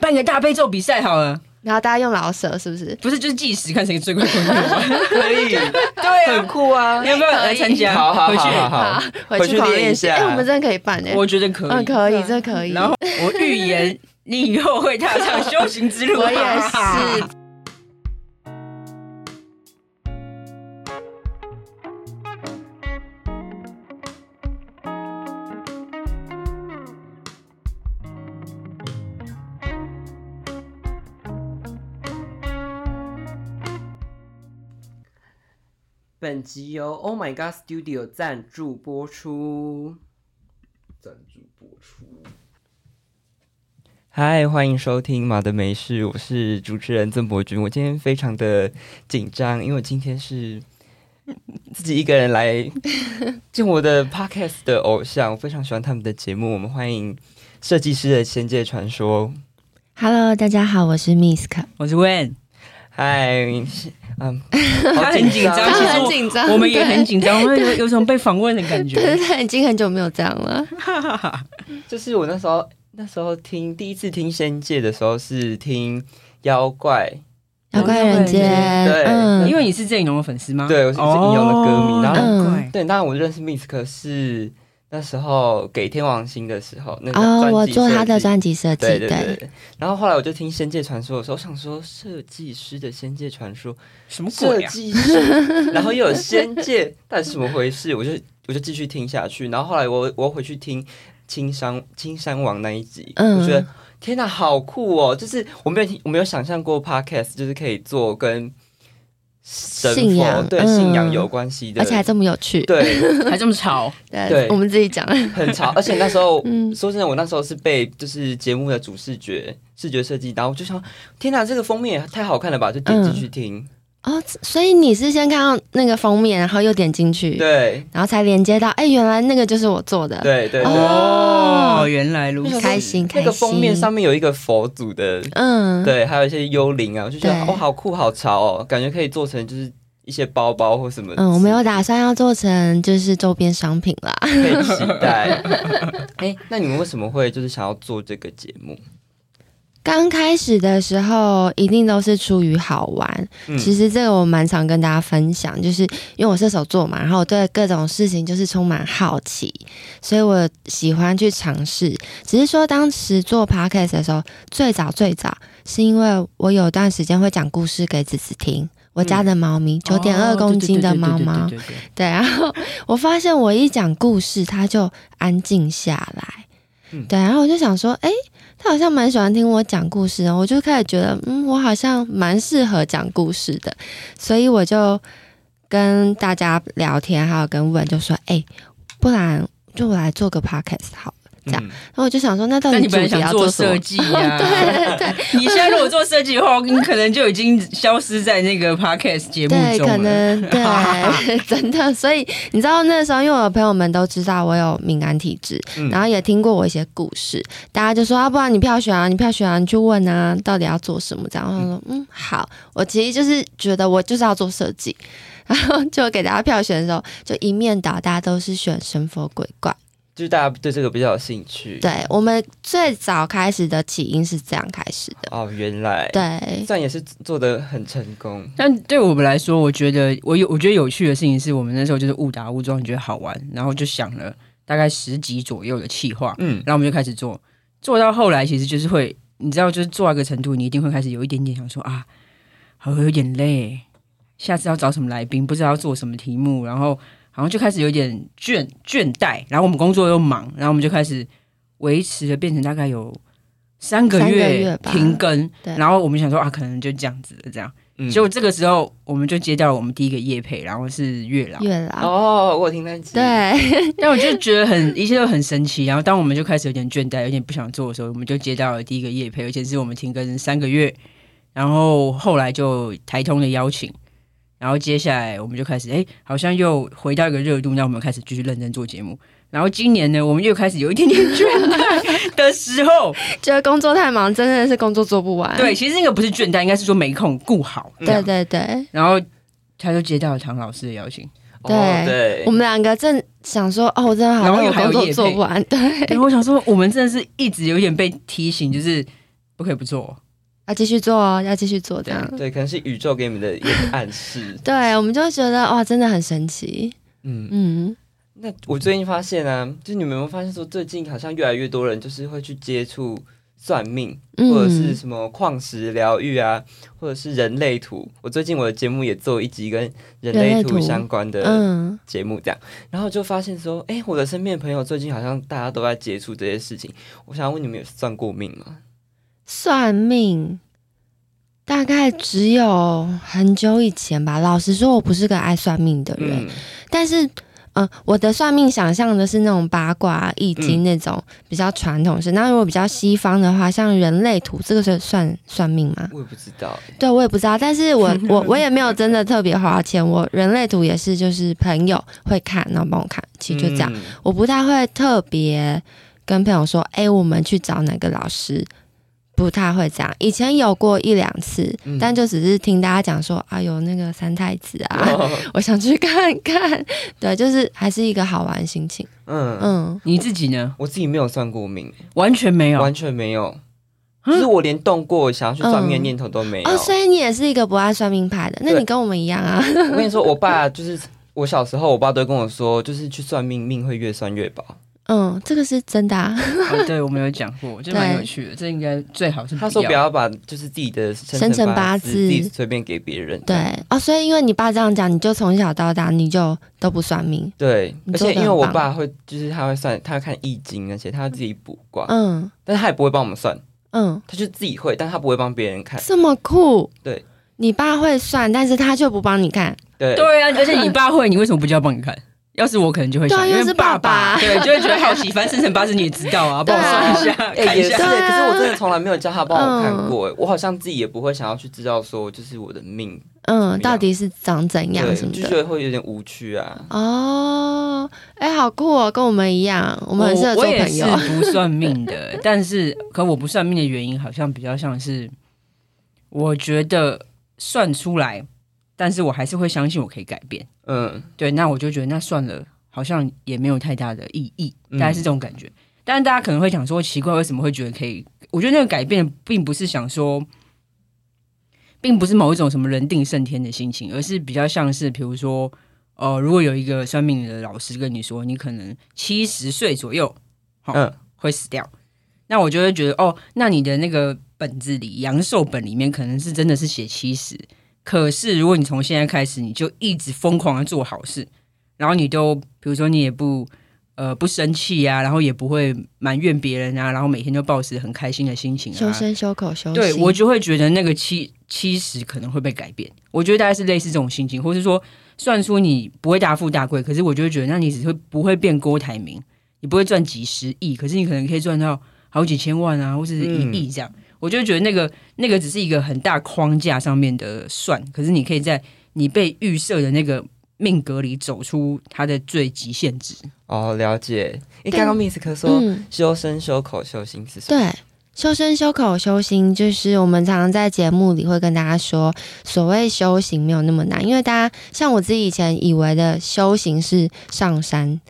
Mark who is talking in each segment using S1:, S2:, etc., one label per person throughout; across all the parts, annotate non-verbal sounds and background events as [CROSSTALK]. S1: 办一个大悲咒比赛好了，
S2: 然后大家用老舍是不是？
S1: 不是就是计时看谁最快过关。
S3: 可以，
S1: 对
S3: 很
S1: 啊，
S3: 酷啊！
S1: 你要不要来参加？
S3: 好好
S1: 回去
S3: 好好，
S2: 回
S3: 去
S2: 狂
S3: 练一下。
S2: 哎，我们真的可以办哎，
S1: 我觉得可
S2: 嗯
S1: 以。
S2: 可以，这可以。
S1: 然后我预言你以后会踏上修行之路。
S2: 我也是。
S3: [LAUGHS] 本集由 Oh My God Studio 赞助播出。
S4: 赞助播出。
S3: 嗨，欢迎收听《马的没事》，我是主持人曾博君。我今天非常的紧张，因为我今
S1: [LAUGHS]
S3: 天是自己一个人来见我的 podcast 的偶像，我非常喜欢他们的节目。我们欢迎设计师的《仙界传说》。
S2: Hello，大家好，我是 Misk。
S1: 我是 Wen，
S3: 嗨，
S1: [LAUGHS]
S3: 嗯，
S1: 他
S3: 好
S1: 很紧张，
S2: 他
S1: 其实
S2: 很
S1: 我
S2: 紧张，
S1: 我们也很紧张，我们有有种被访问的感
S2: 对。对
S1: 觉。
S2: 对他已经很久没有这样 [LAUGHS] 了。
S3: 就是我那时候那时候听第一次听《仙界》的时候是听妖怪，
S2: 妖怪人间，
S3: 对
S2: 嗯，
S1: 因为你是郑宜农的粉丝吗？
S3: 对我是我是宜农的歌迷
S1: 哦
S3: 然后
S1: 难怪
S3: 对，当然我认识 Misk 是那时候给天王星的时候，那个
S2: 哦，
S3: 专
S2: 我
S3: 辑
S2: 做他的
S3: 设计
S2: 专辑设计，
S3: 对对对，对然后后来我就听《仙界传说》的时候，我想说设计师的《仙界传说》，
S1: 什么
S3: 设
S1: 鬼啊？
S3: 计
S2: [LAUGHS]
S3: 师，然后又有仙界，到底是怎么回事？我就我就继续听下去，然后后来我我回去听青山青山王那一集，
S2: 嗯
S3: 我觉得天哪，好酷哦！就是我没有听我没有想象过 podcast，就是可以做跟神佛
S2: 信仰
S3: 对、
S2: 嗯
S3: 信仰有关系的，
S2: 而且还这么有趣。
S3: 对，
S1: 还这么吵？
S3: 对
S2: 我们自己讲。
S3: 很潮，而且那时候，
S2: 嗯
S3: 说真的，我那时候是被就是节目的主视觉、视觉设计，然后我就想，天哪，这个封面也太好看了吧，就点进去听。
S2: 哦， [LAUGHS] 所以你是先看到那个封面，然后又点进去，
S3: 对
S2: 然后才连接到，哎，原来那个就是我做的。
S3: 对对对，
S2: 哦
S1: 哦，原来如
S3: 那
S1: 此
S3: 个。
S2: 开心
S3: 那
S2: 开
S3: 个
S2: 心。
S3: 封面上面有一个佛祖的，
S2: 嗯，
S3: 对，还有一些幽灵啊，我就觉得
S2: 对
S3: 哦，好酷，好潮哦，感觉可以做成就是一些包包或什么。
S2: 嗯，我们有打算要做成就是周边商品啦。
S3: 可以期
S2: [LAUGHS]
S3: 待。哎、那你们为什么会就是想要做这个节目？
S2: 刚开始的时候，一定都是出于好玩。
S3: 嗯
S2: 其实这个我蛮常跟大家分享，就是因为我射手座嘛，然后我对各种事情就是充满好奇，所以我喜欢去尝试。只是说当时做 podcast 的时候，最早最早是因为我有段时间会讲故事给子子听。我家的猫咪九点二公斤的猫
S1: 对，对对对
S2: 猫，
S1: 对对对对
S2: 对，然
S1: [LAUGHS]
S2: 后我发现我一讲故事，他就安静下来。
S3: 嗯
S2: 对，然后我就想说，哎，他好像蛮喜欢听我讲故事的，我就开始觉得，嗯，我好像蛮适合讲故事的，所以我就跟大家聊天，还有跟问，就说，哎，不然就我来做个 podcast 好了。这样
S3: 嗯，
S2: 然后我就想说，那到
S1: 那
S2: 底
S1: 你
S2: 主
S1: 本来
S2: 题
S1: 想
S2: 要
S1: 做
S2: 什么
S1: 设？计啊呀？
S2: [LAUGHS] 对对
S1: 你现在如果做设计的话，你可能就已经消失在那个 podcast 节目
S2: 对，可
S1: 中了。
S2: 能
S1: [LAUGHS]
S2: 对，真的。所以你知道那时候，因为我的朋友们都知道我有敏感体质，
S3: 嗯
S2: 然后也听过我一些故事，大家就说啊，不然你票选啊，你票选啊，你去问啊，到底要做什么？这样，我想说，嗯，好，我其实就是觉得我就是要做设计， [LAUGHS] 然后就给大家票选的时候，就一面倒，大家都是选神佛鬼怪。
S3: 就是大家对这个比较有兴趣。
S2: 对
S1: 嗯
S2: 我们最早开始的起因是这样开始的，
S3: 哦，原来
S2: 对，
S3: 这样也是做的很成功。
S1: 但对我们来说，我觉得我有我觉得有趣的事情是我们那时候就是误打误撞，觉得好玩，然后就想了大概十集左右的企划，
S3: 嗯，
S1: 然后我们就开始做，做到后来其实就是会，你知道，就是做到一个程度，你一定会开始有一点点想说啊，好有点累，下次要找什么来宾，不知道要做什么题目，然后好像就开始有点倦倦怠，然后我们工作又忙，然后我们就开始维持了变成大概有三个
S2: 三个
S1: 月
S2: 月吧
S1: 停更，
S2: 对
S1: 然后我们想说啊，可能就这样子了这样，
S3: 嗯
S1: 结果这个时候我们就接到了我们第一个业配，然后是月老，
S2: 月老，
S3: 哦，我有听那一集，
S2: 对， [LAUGHS]
S1: 但我就觉得很一切都很神奇。然后当我们就开始有点倦怠、有点不想做的时候，我们就接到了第一个业配，而且是我们停更三个月。然后后来就台通的邀请，然后接下来我们就开始，哎，好像又回到一个热度，让我们开始继续认真做节目。然后今年呢，我们又开始有一点点倦怠的时候，
S2: 觉得工作太忙，真的是工作做不完。
S1: 对，其实那个不是倦怠，应该是说没空顾好。
S2: 对对对。
S1: 然后他就接到了唐老师的邀请，
S3: 哦
S2: 对
S3: 对
S2: 我，们两个正想说，哦，我真的好
S1: 然后
S2: 累，
S1: 又
S2: 我
S1: 还有
S2: 工
S1: 业
S2: 作
S1: 配
S2: 做不完，对， [LAUGHS]
S1: 对，我想说，我们真的是一直有一点被提醒，就是不可以不做哦、
S2: 要继续做哦，要继续做这样。。
S3: 对，可能是宇宙给你们的一个暗示
S2: [LAUGHS] 对，我们就会觉得哇，真的很神奇。
S3: 嗯，
S2: 嗯，
S3: 那我最近发现啊，就是你们有没有发现说，最近好像越来越多人就是会去接触算命，
S2: 嗯
S3: 或者是什么矿石疗愈啊，或者是人类图。我最近我的节目也做一集跟人类
S2: 人类图
S3: 图相关的
S2: 嗯，
S3: 节目，这样，然后就发现说，哎、我的身边的朋友最近好像大家都在接触这些事情。我想问你们有算过命吗？
S2: 算命大概只有很久以前吧。老实说，我不是个爱算命的人，
S3: 嗯，
S2: 但是。嗯，我的算命想象的是那种八卦、易经
S3: 嗯
S2: 那种比较传统式。那如果比较西方的话，像人类图，这个是算算命吗？
S3: 我也不知道、哎
S2: 对，我也不知道，但是
S3: [LAUGHS]
S2: 我我我也没有真的特别花钱。我人类图也是，就是朋友会看，然后帮我看，其实就这样。
S3: 嗯
S2: 我不太会特别跟朋友说，哎、我们去找哪个老师，不太会这样。以前有过一两次，
S3: 嗯
S2: 但就只是听大家讲说，啊，有那个三太子啊， [LAUGHS]
S3: 哦
S2: 我想去看看。对，就是还是一个好玩的心情。
S3: 嗯嗯，
S2: 嗯，
S1: 你自己呢？
S3: 我自己没有算过命，
S1: 完全没有，
S3: 完全没有。就是我连动过想要去算命的
S2: 啊嗯
S3: 念头都没有。
S2: 哦，所以你也是一个不爱算命派的，那
S3: 对
S2: 你跟我们一样啊。
S3: 我跟你说，我爸就是我小时候，我爸都会跟我说，就是去算命，命会越算越薄。
S2: 嗯，这个是真的、啊。
S1: 哦对我们有讲过，就蛮
S2: 对
S1: 有趣的。这应该最好是
S3: 他说不
S1: 不
S3: 要把就是自己的生
S2: 生辰
S3: 辰
S2: 八
S3: 八
S2: 字
S3: 字自己随便给别人。
S2: 对哦，所以因为你爸这样讲，你就从小到大你就都不算命。
S3: 对，
S2: 你
S3: 而
S2: 做得
S3: 且因为
S2: 很
S3: 我
S2: 棒
S3: 爸会，就是他会算，他会看易经那些，他会自己卜卦，
S2: 嗯
S3: 但是他也不会帮我们算，
S2: 嗯，
S3: 他就自己会，但他不会帮别人看。
S2: 这么酷。
S3: 对，
S2: 你爸会算，但是他就不帮你看。
S3: 对，
S1: 对啊，而且你爸会，你为什么不叫帮你
S3: [LAUGHS]
S1: 看？要是我可能就会
S2: 对啊
S1: 想，因
S2: 又是
S1: 为
S2: 爸爸
S1: 爸，对，就会觉得好奇。反正生辰八字你也知
S2: [LAUGHS]
S1: 道啊，帮我算一下，
S3: 哎、
S1: 看
S3: 也
S1: 一
S3: 是，
S1: 下。
S2: 对啊
S3: 可是我真的从来没有叫他帮我看
S2: 嗯
S3: 过、欸我好像自己也不会想要去知道说，就是我的命，
S2: 嗯，
S3: 样
S2: 到底是长怎样
S3: 对，
S2: 什么
S3: 就觉
S2: 的。
S3: 得会有点无趣啊。
S2: 哦，哎、好酷哦，跟我们一样，我们很适合做
S1: 我也
S2: 朋
S1: 是
S2: 友。
S1: 不算命
S2: [LAUGHS]
S1: 的，但是可我不算命的原因好像比较像是，我觉得算出来，但是我还是会相信我可以改变。
S3: 嗯，
S1: 对，那我就觉得那算了，好像也没有太大的意义，
S3: 嗯
S1: 大概是这种感觉。但是大家可能会讲说，奇怪，为什么会觉得可以？我觉得那个改变并不是想说，并不是某一种什么人定胜天的心情，而是比较像是，比如说，呃，如果有一个算命的老师跟你说，你可能七十岁左右，好、
S3: 嗯
S1: 会死掉，那我就会觉得，哦，那你的那个本子里阳寿本里面可能是真的是写七十，可是如果你从现在开始，你就一直疯狂的做好事，然后你都比如说你也不呃不生气啊，然后也不会埋怨别人啊，然后每天都保持很开心的心情
S2: 修
S1: 啊，
S2: 身修口修心。
S1: 对我就会觉得那个七七十可能会被改变。我觉得大概是类似这种心情，或是说算出你不会大富大贵，可是我就会觉得，那你只会不会变郭台铭，你不会赚几十亿，可是你可能可以赚到好几千万啊，或是一亿这样。我就会觉得那个那个只是一个很大框架上面的算，可是你可以在你被预设的那个命格里走出它的最极限值。
S3: 哦，了解。哎、
S2: 但
S3: 刚刚 Miss 可说、
S2: 嗯。
S3: 修身、修口、修心是什么？
S2: 对，啊修身、修口、修心，就是我们常常在节目里会跟大家说，所谓修行没有那么难，因为大家像我自己以前以为的修行是上山，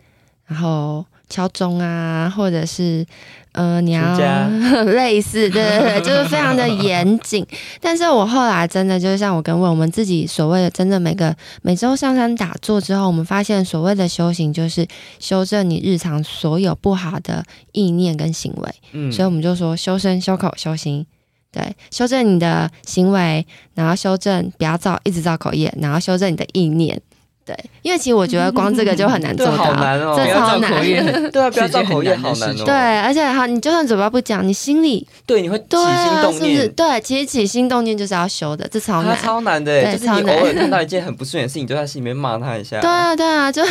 S2: 然后敲钟啊，或者是呃你要
S3: 出家
S2: [LAUGHS] 类似，对对对，就是非常的严谨。 [LAUGHS] 但是我后来真的就是像我跟问我们自己所谓的真的每个每周上山打坐之后，我们发现所谓的修行就是修正你日常所有不好的意念跟行为。
S3: 嗯
S2: 所以我们就说修身、修口、修心，对，修正你的行为，然后修正不要造一直造口业，然后修正你的意念，对，因为其实我觉得光这个就很难做
S3: 对，
S1: 啊
S2: 到，
S3: 好难哦，
S2: 这
S1: 不要
S3: 不要
S2: 超
S1: 造
S2: 难
S1: 口业
S2: [LAUGHS]
S1: 很，
S3: 对啊，不要造
S1: 是一件
S3: 口业，
S1: 很难的
S3: 好难
S1: 事
S3: 哦。
S1: 情
S2: 对，而且好，你就算嘴巴不讲，你心里
S3: 对，哦你会起
S2: 对
S3: 心
S2: 啊，是不
S3: 动
S2: 是？
S3: 念，
S2: 对，其实起心动念就是要修的，这超
S3: 它
S2: 难。
S3: 超难的
S2: 对
S3: 耶，就是
S2: 超
S3: 你
S2: 难
S3: 偶尔看到一件很不顺眼的事情，你就在心里面骂他一下。
S2: 对啊，对啊，就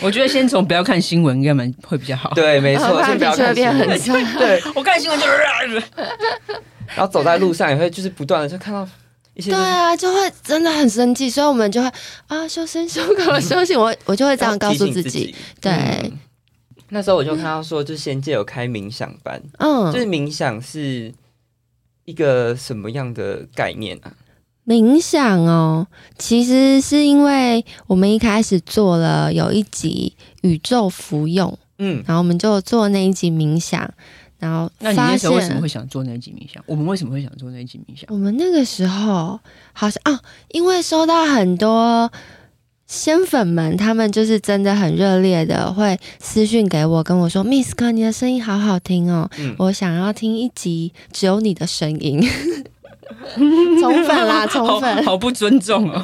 S1: 我觉得先从不要看新闻，应该蛮会比较好。
S3: 对，没
S2: 我 [LAUGHS]
S3: 错，
S2: 怕
S3: 先
S2: 脾
S3: 不
S2: 气
S3: 要
S2: 会
S3: 看新
S2: 变很
S3: 闻。
S2: 差。
S3: [LAUGHS] 对，
S1: 我看新闻就是。呃
S3: 然后走在路上也会就是不断的就看到一些
S2: 对啊，就会真的很生气，所以我们就会啊，修身、修
S3: [LAUGHS]
S2: 口、修行，我我就会这样告诉
S3: 提醒
S2: 自
S3: 自
S2: 己，
S3: 己。
S2: 对，
S3: 嗯那时候我就看到说，就是仙界有开冥想班，
S2: 嗯，
S3: 就是冥想是一个什么样的概念啊？
S2: 冥想哦，其实是因为我们一开始做了有一集宇宙服用，
S3: 嗯
S2: 然后我们就做那一集冥想，然后
S1: 那你
S2: 发
S1: 那时
S2: 现
S1: 候为什么会想做那集冥想？我们为什么会想做那集冥想？
S2: 我们那个时候好像啊，因为收到很多仙粉们，他们就是真的很热烈的会私讯给我，跟我说：“Miss 哥，你的声音好好听哦，
S3: 嗯
S2: 我想要听一集只有你的声音。”
S1: [LAUGHS]
S2: [LAUGHS] 宠粉啦，宠
S1: 好
S2: 粉，
S1: 好不尊重
S2: [LAUGHS]
S1: 哦。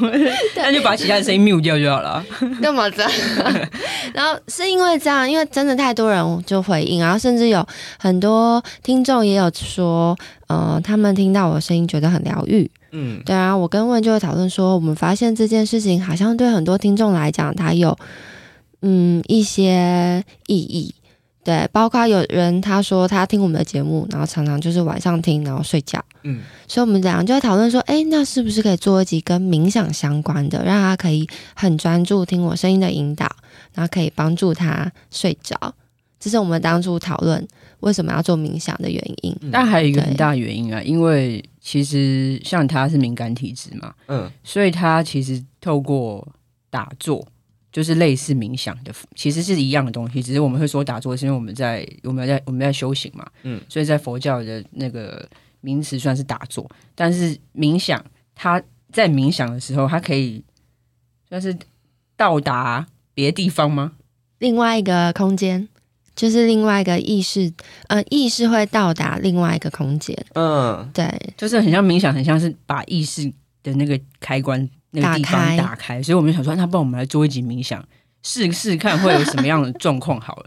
S1: 那就把其他的声音 mute 掉就好了。
S2: 干嘛这样？ [LAUGHS] 然后是因为这样，因为真的太多人就回应，然后甚至有很多听众也有说，呃，他们听到我的声音觉得很疗愈，
S3: 嗯，
S2: 对啊，我跟问就会讨论说，我们发现这件事情好像对很多听众来讲，它有嗯一些意义。对，包括有人他说他听我们的节目，然后常常就是晚上听，然后睡觉。
S3: 嗯，
S2: 所以我们俩就在讨论说，哎，那是不是可以做一集跟冥想相关的，让他可以很专注听我声音的引导，然后可以帮助他睡着。这是我们当初讨论为什么要做冥想的原因。
S3: 嗯
S1: 但还有一个很
S2: 对
S1: 大的原因啊，因为其实像他是敏感体质嘛，
S3: 嗯
S1: 所以他其实透过打坐，就是类似冥想的，其实是一样的东西，只是我们会说打坐，是因为我们在我们在我们在修行嘛，
S3: 嗯，
S1: 所以在佛教的那个名词算是打坐，但是冥想，他在冥想的时候，他可以算是到达别地方吗？
S2: 另外一个空间，就是另外一个意识，呃，意识会到达另外一个空间，
S3: 嗯，
S2: 对，
S1: 就是很像冥想，很像是把意识的那个开关那个地方
S2: 打开
S1: 打开，所以我们就想说，那不然我们来做一集冥想，试试看会有什么样的状况好了。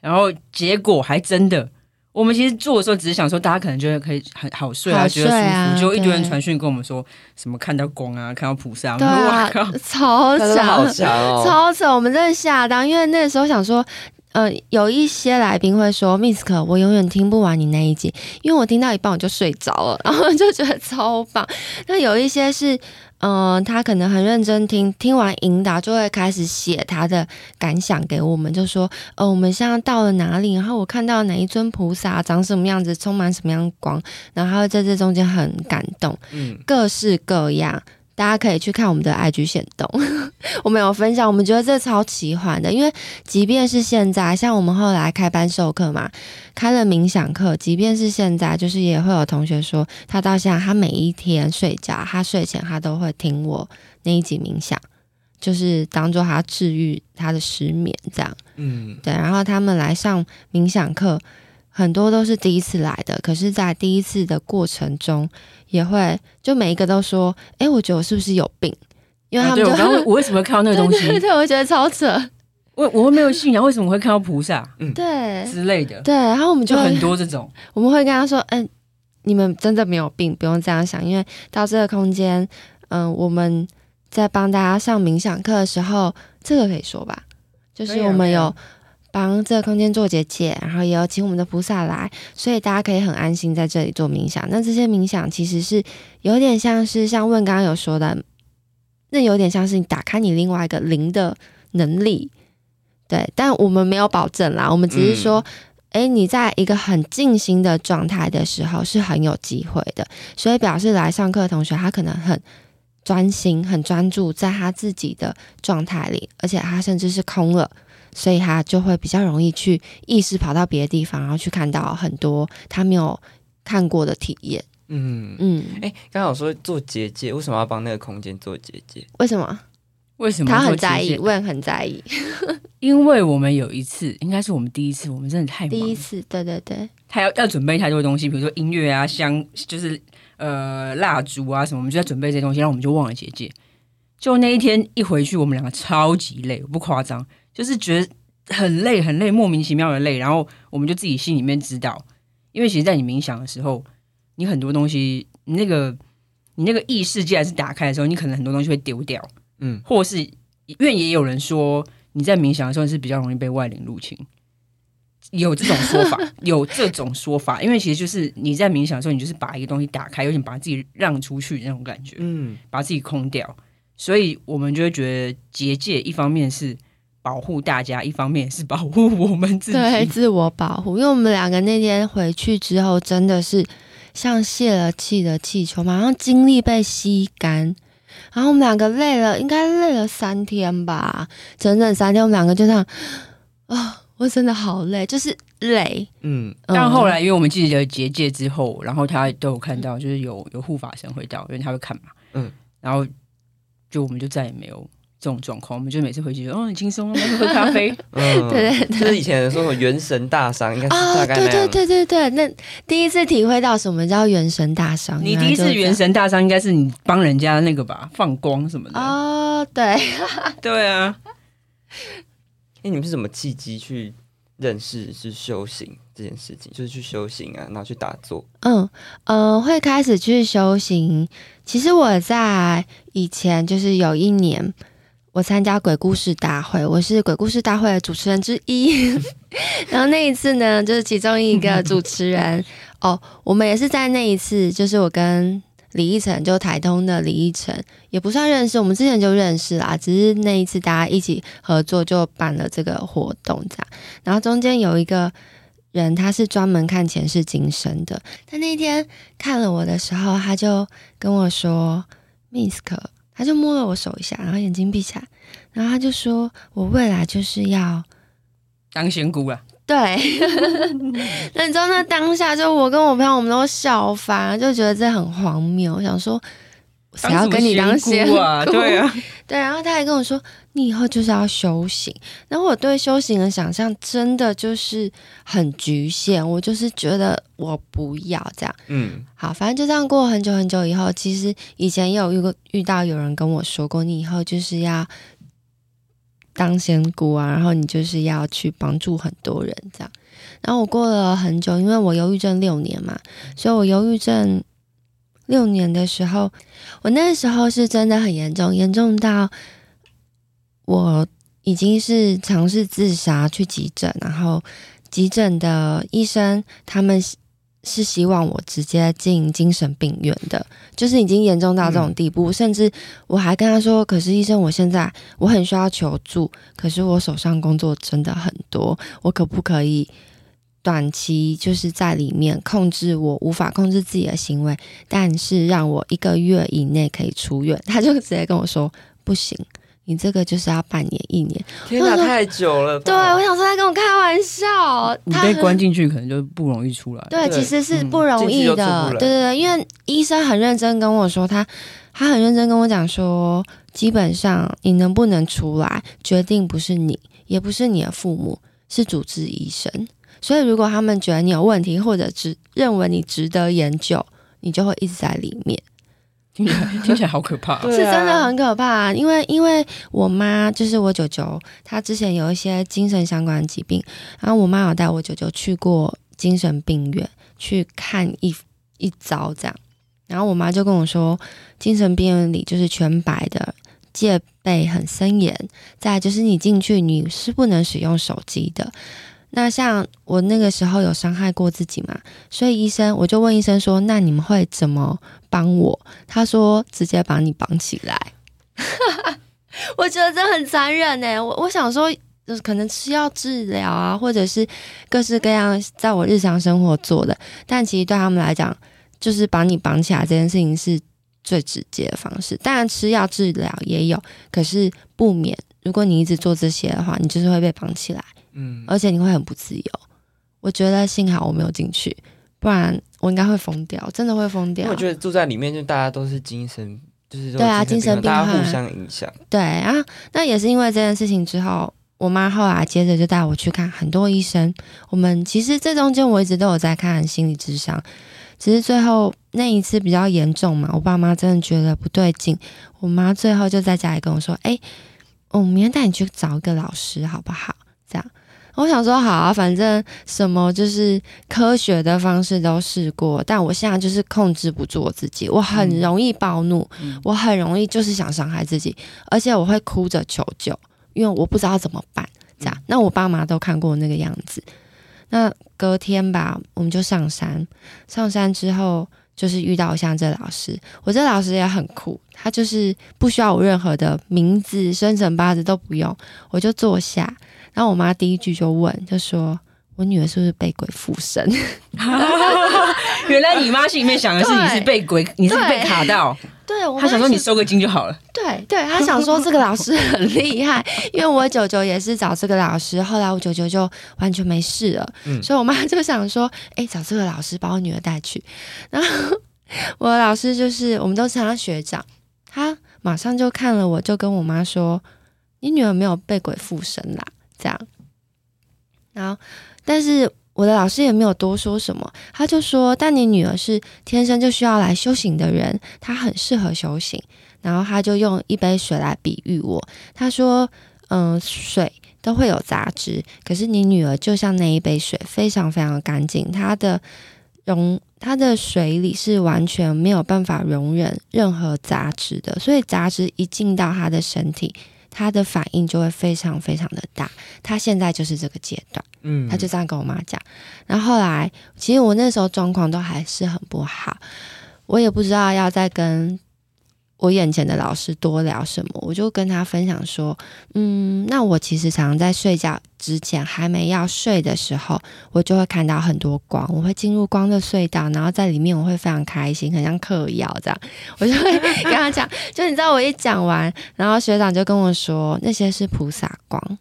S1: 然后结果还真的，我们其实做的时候只是想说，大家可能觉得可以很好睡啊，
S2: 好
S1: 觉
S2: 睡
S1: 得舒服，
S2: 啊
S1: 就一堆人
S2: 对
S1: 传讯跟我们说什么看到光啊，看到菩萨，我
S2: 对
S1: 们说
S2: 啊
S1: 哇靠，，
S2: [LAUGHS] 超
S3: 真的好
S2: 强，
S3: 强哦，
S2: 超扯，我们真的吓到，因为那时候想说。呃，有一些来宾会说，Misk，我永远听不完你那一集，因为我听到一半我就睡着了，然后就觉得超棒。那有一些是，嗯、他可能很认真听，听完引导就会开始写他的感想给我们，就说，呃，我们现在到了哪里，然后我看到哪一尊菩萨长什么样子，充满什么样的光，然后他会在这中间很感动。
S3: 嗯，
S2: 各式各样。大家可以去看我们的 IG 线动， [LAUGHS] 我们有分享，我们觉得这超奇幻的，因为即便是现在，像我们后来开班授课嘛，开了冥想课，即便是现在，就是也会有同学说，他到现在他每一天睡觉，他睡前他都会听我那一集冥想，就是当做他治愈他的失眠这样。
S3: 嗯，
S2: 对，然后他们来上冥想课，很多都是第一次来的，可是，在第一次的过程中，也会就每一个都说：“哎，我觉得我是不是有病？”因为
S1: 啊
S2: 他
S1: 对
S2: 们
S1: 我
S2: 就、
S1: 刚
S2: [LAUGHS]
S1: 刚我为什么会看到那个东
S2: 对对
S1: 西？
S2: 对，我觉得超扯，
S1: 我我没有信仰，为什么会看到菩萨
S2: 对
S1: 之类的？
S2: 对，然后我们就
S1: 就
S2: 会 [LAUGHS]
S1: 很多这种，
S2: 我们会跟他说：“嗯、你们真的没有病，不用这样想，因为到这个空间，嗯、我们在帮大家上冥想课的时候，这个可以说吧，就是
S1: 可以啊
S2: 我们
S1: 可以
S2: 有
S1: 啊
S2: 帮这个空间做结界，然后也有请我们的菩萨来，所以大家可以很安心在这里做冥想。那这些冥想其实是有点像是像问刚刚有说的，那有点像是你打开你另外一个灵的能力。”对，但我们没有保证啦，我们只是说，
S1: 嗯
S2: 诶，你在一个很静心的状态的时候是很有机会的，所以表示来上课的同学他可能很专心、很专注在他自己的状态里，而且他甚至是空了，所以他就会比较容易去意识跑到别的地方，然后去看到很多他没有看过的体验。
S3: 嗯，
S2: 嗯，
S3: 哎，刚好说做结界，为什么要帮那个空间做结界？
S2: 为什么？
S1: 为什么嗯
S2: 他
S1: 会
S2: 很
S1: 出
S2: 在
S1: 现
S2: 意，问很在意。
S1: 因为我们有一次，应该是我们第一次，我们真的太忙
S2: 第
S1: 了
S2: 一次，对对对，
S1: 他要要准备太多东西，比如说音乐啊、香，就是呃蜡烛啊什么，我们就在准备这些东西，然后我们就忘了结界。就那一天一回去，我们两个超级累，我不夸张，就是觉得很累很累，莫名其妙的累。然后我们就自己心里面知道，因为其实，在你冥想的时候，你很多东西，你那个你那个意识既然是打开的时候，你可能很多东西会丢掉，
S3: 嗯，
S1: 或是因为也有人说你在冥想的时候是比较容易被外灵入侵，有这种说法，有这种说法，因为其实就是你在冥想的时候，你就是把一个东西打开，有点把自己让出去那种感觉，
S3: 嗯，
S1: 把自己空掉，所以我们就会觉得结界一方面是保护大家，一方面也是保护我们自己。
S2: 对，自我保护。因为我们两个那天回去之后，真的是像泄了气的气球，马上精力被吸干。然后我们两个累了，应该累了三天吧，整整三天，我们两个就这样啊、我真的好累，就是累。
S3: 嗯，
S2: 嗯
S1: 但后来因为我们记得结界之后，然后他都有看到，就是有有护法神会到，因为他会看嘛。
S3: 嗯，
S1: 然后就我们就再也没有这种状况，我们就每次回去就哦很轻松，然后喝咖
S2: [LAUGHS]
S1: 啡。
S2: 哦
S3: 嗯
S2: [LAUGHS] 对对
S3: 就是以前说什么元神大伤，应该是
S2: 哦，
S3: 大概那
S2: 对
S3: 样。
S2: 对对对对，那第一次体会到什么叫元神大伤，
S1: 你第一
S2: 然后
S1: 次
S2: 就
S1: 元神大伤应该是你帮人家那个吧，放光什么的。
S2: 哦，对，
S1: 对啊，
S3: 哎、你们是什么契机去认识是修行这件事情？就是去修行啊，然后去打坐。
S2: 嗯呃，会开始去修行。其实我在以前就是有一年。我参加鬼故事大会，我是鬼故事大会的主持人之一。 [LAUGHS] 然后那一次呢，就是其中一个主持人哦，我们也是在那一次，就是我跟李依晨，就台东的李依晨，也不算认识，我们之前就认识啦，只是那一次大家一起合作就办了这个活动这样。然后中间有一个人，他是专门看前世今生的，他那天看了我的时候，他就跟我说 “Misk”，他就摸了我手一下，然后眼睛闭起来，然后他就说：“我未来就是要
S1: 当仙姑啊，
S2: 对。” [LAUGHS] 那你知道，那当下就我跟我朋友，我们都笑翻，就觉得这很荒谬。我想说，谁要跟你当仙
S1: 姑啊？
S2: 姑
S1: 对啊，
S2: [LAUGHS] 对，然后他还跟我说，你以后就是要修行。然后我对修行的想象真的就是很局限，我就是觉得我不要这样。
S3: 嗯，
S2: 好，反正就这样过很久很久以后，其实以前也有遇过遇到有人跟我说过，你以后就是要当仙姑啊，然后你就是要去帮助很多人这样。然后我过了很久，因为我忧郁症六年嘛，所以我忧郁症六年的时候，我那时候是真的很严重，严重到我已经是尝试自杀去急诊，然后急诊的医生他们是希望我直接进精神病院的，就是已经严重到这
S1: 嗯
S2: 种地步，甚至我还跟他说：“可是医生，我现在我很需要求助，可是我手上工作真的很多，我可不可以短期就是在里面控制我无法控制自己的行为，但是让我一个月以内可以出院？”他就直接跟我说：“不行，你这个就是要半年一年。
S3: 天哪，
S2: 我说
S3: 太久了吧。
S2: 对，啊我想说他跟我开玩笑，
S1: 你
S2: 他
S1: 被
S2: 很
S1: 关进去可能就不容易出来。
S2: 对，
S3: 对
S2: 其实是
S1: 嗯
S2: 不容
S3: 进去
S2: 易
S3: 就出
S2: 的。
S3: 不来
S2: 对对对，因为医生很认真跟我说，他他很认真跟我讲说，基本上你能不能出来，决定不是你，也不是你的父母，是主治医生。所以如果他们觉得你有问题，或者只认为你值得研究，你就会一直在里面。
S1: 听起来听起来好可怕、哦。
S3: 对
S2: 是真的
S3: 啊
S2: 很可怕、因为因为我妈就是我舅舅，她之前有一些精神相关的疾病，然后我妈有带我舅舅去过精神病院去看一一遭这样，然后我妈就跟我说，精神病院里就是全白的，戒备很森严，再来就是你进去你是不能使用手机的。那像我那个时候有伤害过自己嘛，所以医生我就问医生说，那你们会怎么帮我？他说直接把你绑起来。 [LAUGHS] 我觉得这很残忍呢。我我想说，就是可能吃药治疗啊，或者是各式各样在我日常生活做的，但其实对他们来讲，就是把你绑起来这件事情是最直接的方式。当然，吃药治疗也有，可是不免，如果你一直做这些的话，你就是会被绑起来，
S3: 嗯，
S2: 而且你会很不自由。我觉得幸好我没有进去，不然我应该会疯掉，真的会疯
S3: 因
S2: 掉
S3: 为我。觉得住在里面，就大家都是精神，就是
S2: 啊
S3: 都
S2: 对啊
S3: 有精神
S2: 精神病
S3: 大家
S2: 患
S3: 互相影响。
S2: 对啊，那也是因为这件事情之后，我妈后来接着就带我去看很多医生。我们其实这中间我一直都有在看心理智商，只是最后那一次比较严重嘛，我爸妈真的觉得不对劲，我妈最后就在家里跟我说：“哎、我明天带你去找一个老师好不好？”这样。我想说好啊，反正什么就是科学的方式都试过，但我现在就是控制不住我自己，我很
S1: 嗯
S2: 容易暴怒，
S1: 嗯
S2: 我很容易就是想伤害自己，而且我会哭着求救，因为我不知道怎么办。
S1: 嗯
S2: 这样，那我爸妈都看过那个样子。那隔天吧，我们就上山，上山之后就是遇到像这老师，我这老师也很酷，他就是不需要我任何的名字、生辰八字都不用，我就坐下，然后我妈第一句就问，就说。我女儿是不是被鬼附
S1: [LAUGHS]
S2: 身？[LAUGHS]
S1: 原来你妈心里面想的是你是被鬼，你是被卡到，
S2: 对，我
S1: 他想说
S2: 妈
S1: 你收个金就好了，
S2: 对对，他想说这个老师很厉害，因为我舅舅也是找这个老师，后来我舅舅就完全没事了，
S3: 嗯
S2: 所以我妈就想说，哎，找这个老师把我女儿带去。然后我的老师就是我们都称他学长，他马上就看了我，就跟我妈说，你女儿没有被鬼附身啦，这样。然后，但是我的老师也没有多说什么，他就说，但你女儿是天生就需要来修行的人，她很适合修行。然后他就用一杯水来比喻我，他说：“嗯，水都会有杂质，可是你女儿就像那一杯水，非常非常干净，她的溶她的水里是完全没有办法容忍任何杂质的，所以杂质一进到她的身体。”她的反应就会非常非常的大，她现在就是这个阶段，
S3: 嗯
S2: 她就这样跟我妈讲。然后后来，其实我那时候状况都还是很不好，我也不知道要再跟我眼前的老师多聊什么，我就跟他分享说，嗯，那我其实常常在睡觉之前还没要睡的时候，我就会看到很多光，我会进入光的隧道，然后在里面我会非常开心，很像嗑药这样，我就会跟他讲，就你知道我一讲完，然后学长就跟我说那些是菩萨光。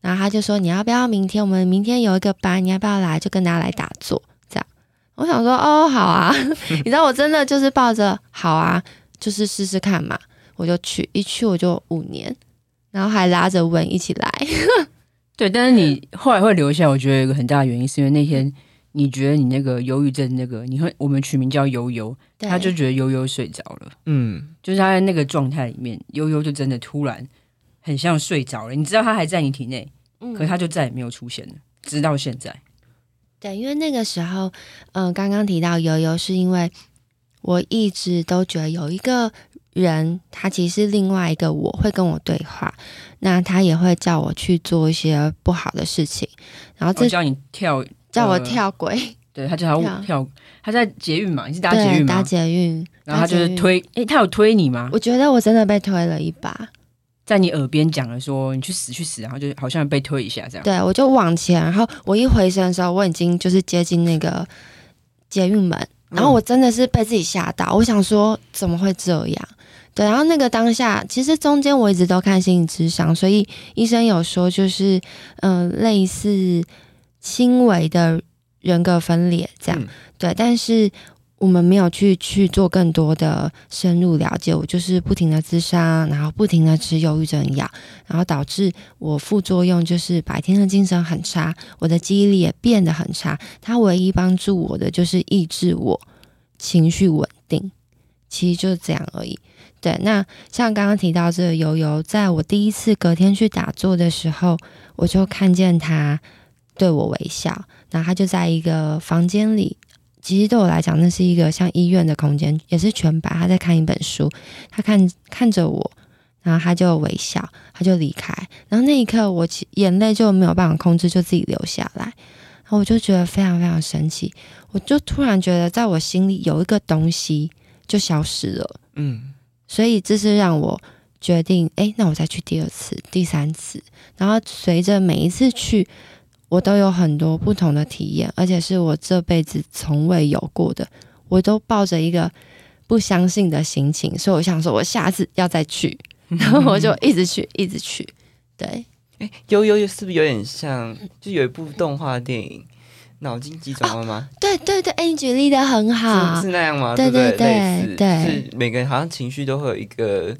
S2: 然后他就说：“你要不要明天？我们明天有一个班，你要不要来？就跟大家来打坐。”这样，我想说：“哦，好
S1: [LAUGHS]
S2: 啊。”你知道，我真的就是抱着“好啊”就是试试看嘛，我就去，一去我就五年，然后还拉着文一起来。
S1: 对。但是你后来会留下，我觉得有一个很大的原因，是因为那
S2: 嗯
S1: 天你觉得你那个忧郁症那个，你会我们取名叫悠悠，[LAUGHS]
S2: 对
S1: 他就觉得悠悠睡着了，
S3: 嗯
S1: 就是他在那个状态里面，悠悠就真的突然很像睡着了。你知道他还在你体内，
S2: 嗯哦
S1: 可是他就再也没有出现了，直到现在。
S2: 对，因为那个时候，嗯、刚刚提到悠悠，是因为我一直都觉得有一个人，他其实是另外一个我会跟我对话，那他也会叫我去做一些不好的事情，然后
S1: 我
S2: 这
S1: 叫你跳，
S2: 叫我
S1: 呃
S2: 跳轨，
S1: 对他叫他
S2: 跳
S1: 跳，他在捷运嘛，你是搭捷
S2: 对，
S1: 运
S2: 搭
S1: 吗？
S2: 捷运，
S1: 然后他
S2: 搭捷
S1: 就是
S2: 运。
S1: 推，诶，他有推你吗？
S2: 我觉得我真的被推了一把，
S1: 在你耳边讲了说你去死去死，然后就好像被推一下这样。
S2: 对，我就往前，然后我一回身的时候，我已经就是接近那个捷运门，
S1: 嗯
S2: 然后我真的是被自己吓到，我想说怎么会这样？对，然后那个当下，其实中间我一直都看心理智商，所以医生有说就是，嗯、类似轻微的人格分裂这样，
S3: 嗯
S2: 对，但是我们没有去去做更多的深入了解，我就是不停的自杀，然后不停的吃忧郁症药，然后导致我副作用就是白天的精神很差，我的记忆力也变得很差。它唯一帮助我的就是抑制我情绪稳定，其实就是这样而已。对，那像刚刚提到这个悠悠，在我第一次隔天去打坐的时候，我就看见他对我微笑，然后他就在一个房间里。其实对我来讲，那是一个像医院的空间，也是全白。他在看一本书，他看看着我，然后他就微笑，他就离开。然后那一刻，我其眼泪就没有办法控制，就自己流下来。然后我就觉得非常非常神奇，我就突然觉得在我心里有一个东西就消失了。
S3: 嗯
S2: 所以这是让我决定，诶，那我再去第二次、第三次。然后随着每一次去，我都有很多不同的体验，而且是我这辈子从未有过的。我都抱着一个不相信的心情，所以我想说，我下次要再去，然后我就一直去，一直去。对，
S3: 哎悠悠是不是有点像？就有一部动画电影《脑筋急转弯》吗？
S2: 对对对，哎，你举例的很好
S3: [LAUGHS] 是，是那样吗？
S2: 啊对
S3: 不对？
S2: 对
S3: 类似，
S2: 对
S3: 就是每个人好像情绪都会有一个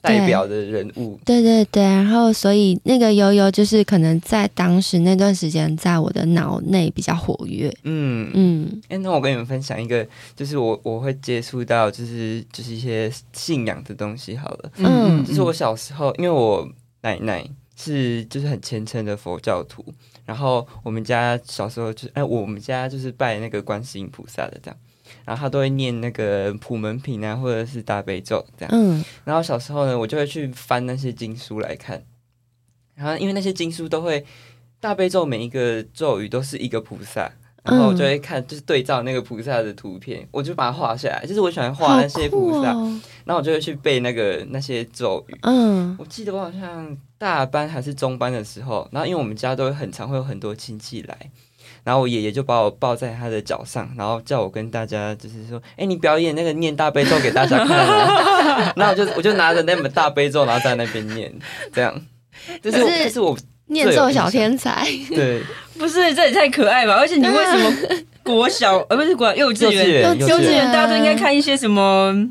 S3: 代表的人物。
S2: 对对对，然后所以那个悠悠就是可能在当时那段时间，在我的脑内比较活跃，
S3: 嗯，
S2: 嗯
S3: 哎、那我跟你们分享一个，就是我我会接触到，就是就是一些信仰的东西。好了，
S2: 嗯
S3: 就是我小时候，因为我奶奶是就是很虔诚的佛教徒，然后我们家小时候就是哎、我们家就是拜那个观世音菩萨的这样，然后他都会念那个普门品啊，或者是大悲咒这样。
S2: 嗯
S3: 然后小时候呢，我就会去翻那些经书来看，然后因为那些经书都会大悲咒每一个咒语都是一个菩萨，然
S2: 嗯
S3: 后我就会看，就是对照那个菩萨的图片，我就把它画下来。就是我喜欢画
S2: 好
S3: 那些啊菩
S2: 酷
S3: 萨，
S2: 哦，
S3: 然后我就会去背那个那些咒语。
S2: 嗯
S3: 我记得我好像大班还是中班的时候，然后因为我们家都会很常会有很多亲戚来，然然后我爷爷就把我抱在他的脚上，然后叫我跟大家就是说，哎、你表演那个念大悲咒给大家看 [LAUGHS] 啊。然后我就我就拿着那本大悲咒，然后在那边念，这样。这是我
S2: 可是
S3: 这是我
S2: 念咒小天才，
S3: 对
S1: 不是，这也太可爱吧！而且你为什
S3: [LAUGHS]
S1: 么国小呃不是国幼稚
S3: 幼稚
S1: 园，
S3: 园啊
S2: 幼
S1: 幼
S2: 稚
S1: 稚
S2: 园
S1: 园大家都应该看一些什么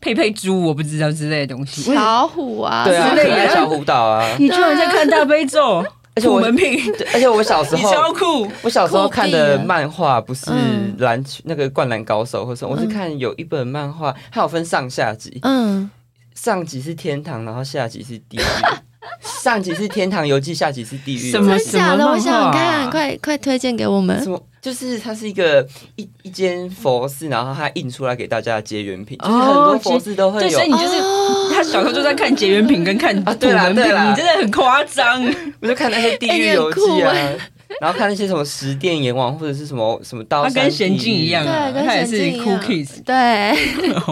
S1: 佩佩猪，我不知道之类的东西。
S2: 巧虎啊，
S3: 对啊，
S1: 之类
S3: 可
S1: 的
S3: 爱小虎岛啊，
S1: 你居然在看大悲咒，
S3: 而且我
S1: 土门品，
S3: 对啊而且我小时
S1: 你超
S3: 候。
S1: 酷。
S3: 我小时候看的
S2: 酷毙了
S3: 漫画不是
S2: 嗯
S3: 篮球那个《灌篮高手》或者什么，我是
S2: 嗯
S3: 看有一本漫画，它有分上下集，
S2: 嗯，
S3: 上集是天堂，然后下集是地狱。 [LAUGHS] 上集是天堂游记，下集是地狱游记。
S1: 什么
S2: 真假
S1: 什么
S2: 的，
S1: 漫画啊
S2: 我想想看，快快推荐给我们
S3: 什。么？就是它是一个一一间佛寺，然后它印出来给大家的结缘品，就是很多
S1: 哦
S3: 佛寺都会
S1: 对，
S3: 有
S1: 所以。你就是、
S2: 哦
S1: 他小时候就在看结缘品跟看
S3: 啊
S1: 土
S3: 对啦
S1: 门品，
S3: 对啦
S1: 你真的很夸
S3: [LAUGHS]
S1: 张。
S3: 我就看那些地狱游记
S2: 哎你
S3: 啊，
S2: 很
S3: 然后看那些什么十殿阎王或者是什么什么刀
S1: 他
S3: 山地狱。
S1: 跟娴静一样啊，
S2: 对跟
S1: 他也是
S2: 娴静一
S1: cool
S2: 样
S1: kids。
S2: 对，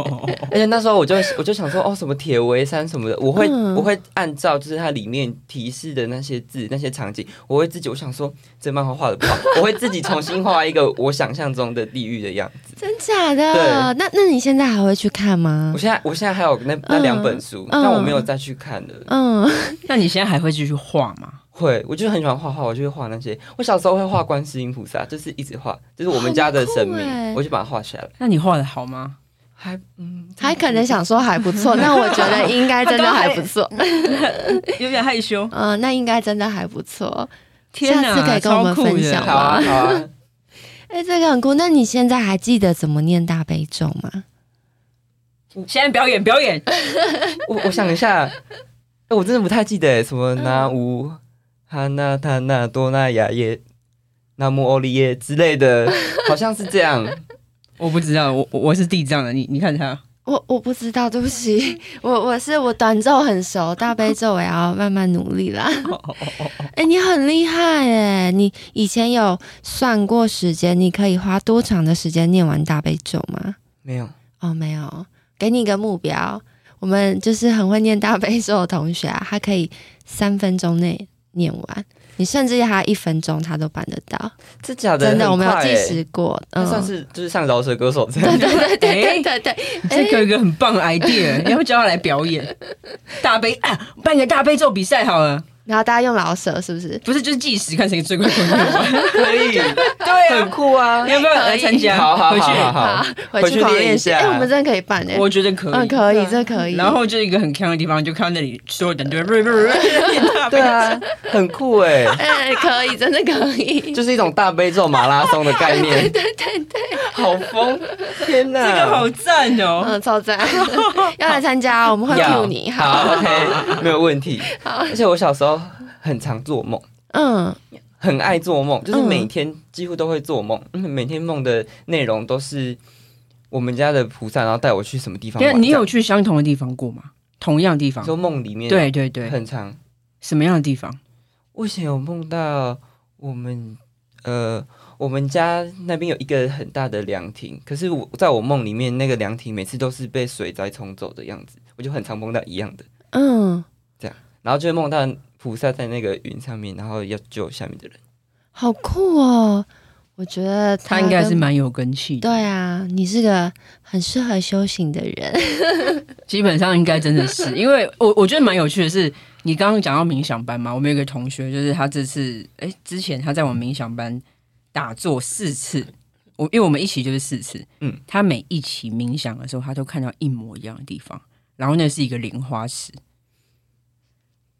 S3: 而且那时候我就我就想说，哦，什么铁围山什么的，我会、
S2: 嗯
S3: 我会按照就是它里面提示的那些字、那些场景，我会自己我想说这漫画画的不好，我会自己重新画一个我想象中的地狱的样子。
S2: 真假的？那那你现在还会去看吗
S3: 我？现在我现在还有那那两本书，
S2: 嗯
S3: 但我没有再去看了。
S2: 嗯，
S1: 那你现在还会继续画吗？
S3: 会，我就很喜欢画画，我就会画那些。我小时候会画观世音菩萨，就是一直画，就是我们家的神
S2: 好酷欸
S3: 明，我就把它画下来。
S1: 那你画的好吗？
S3: 还嗯，
S2: 还可能想说还不
S3: [LAUGHS]
S2: 错，那我觉得应该真的还不错。
S1: 有点害羞。
S2: 嗯，那应该真的还不错。
S1: 天哪，
S2: 下次可以跟我们
S1: 超酷的
S2: 分享
S3: 好啊
S2: [LAUGHS]
S3: 好啊。
S2: 哎，这个很酷。那你现在还记得怎么念大悲咒吗？
S1: 现在表演表演，
S3: 我我想一下，哎我真的不太记得什么那乌哈那他那多那雅耶那木欧利耶之类的，好像是这样。
S1: 我不知道，我我我是地藏的，你你看他，
S2: 我我不知道，对不起，我我是我短咒很熟，大悲咒我也要慢慢努力啦。
S3: 哦
S2: [LAUGHS] 哎、你很厉害哎！你以前有算过时间，你可以花多长的时间念完大悲咒吗？
S3: 没有，
S2: 哦，没有，给你一个目标，我们就是很会念大悲咒的同学啊，他可以三分钟内念完，你甚至他一分钟他都办得到，
S3: 这假的
S2: 真的，我
S3: 很
S2: 们有
S3: 快
S2: 计
S3: 欸
S2: 时过，
S3: 那
S2: 嗯，
S3: 算是就是像饶舌歌手这样。
S2: 对对
S3: [LAUGHS]
S2: 对
S1: 哎
S2: 对对，
S1: 这个有一个很棒的 idea，你要不要叫他来表演大悲啊，办个大悲咒比赛好了，
S2: 然后大家用老舍是不是？
S1: 不是就是计时看谁最快快过。
S3: 可
S1: [LAUGHS]
S3: 以，
S1: 对
S3: 很
S1: 啊，
S3: 酷啊
S1: 你！要不要来参加？
S3: 好好
S1: 回去
S3: 好好好，
S2: 回去
S3: 去
S2: 狂
S3: 练一
S2: 练习，
S3: 下
S2: 哎、我们真的可以办哎、
S1: 我觉得可
S2: 嗯，
S1: 以。
S2: 可以，这可以。
S1: 然后就一个很坑的地方，就看到那里所有人都在念大悲
S3: 对啊，很酷哎，
S2: 哎、可以，真的可
S3: [LAUGHS]
S2: 以。
S3: 就是一种大悲咒马拉松的概念。对对对，好疯！天哪，
S1: 这个好赞哦！
S2: 嗯，超赞，要来参加，哦我们会
S3: 要
S2: Q 你。好，
S3: 好，OK，没有问题。而且我小时候很常做梦，
S2: 嗯，
S3: 很爱做梦，就是
S2: 嗯
S3: 每天几乎都会做梦，嗯每天梦的内容都是我们家的菩萨，然后带我去什么地方
S1: 对啊，
S3: 玩。
S1: 你有
S3: 这
S1: 去相同的地方过吗？同样地
S3: 样
S1: 方？
S3: 说梦里面
S1: 对对对，
S3: 很长。
S1: 什么样的地方？
S3: 我以前有梦到我们呃。我们家那边有一个很大的凉亭，可是我在我梦里面，那个凉亭每次都是被水灾冲走的样子，我就很常梦到一样的，
S2: 嗯，
S3: 然后就会梦到菩萨在那个云上面，然后要救下面的人。
S2: 好酷哦！我觉得
S1: 他应该是
S2: 跟
S1: 蛮有根气的，
S2: 对啊，你是个很适合修行的人。 [LAUGHS]
S1: 基本上应该真的是，因为我我觉得蛮有趣的是，你刚刚讲到冥想班嘛，我们有一个同学，就是他这次，哎、之前他在我们冥想班打坐四次，我因为我们一起就是四次，
S3: 嗯
S1: 嗯，他每一期冥想的时候，他都看到一模一样的地方，然后那是一个莲花池，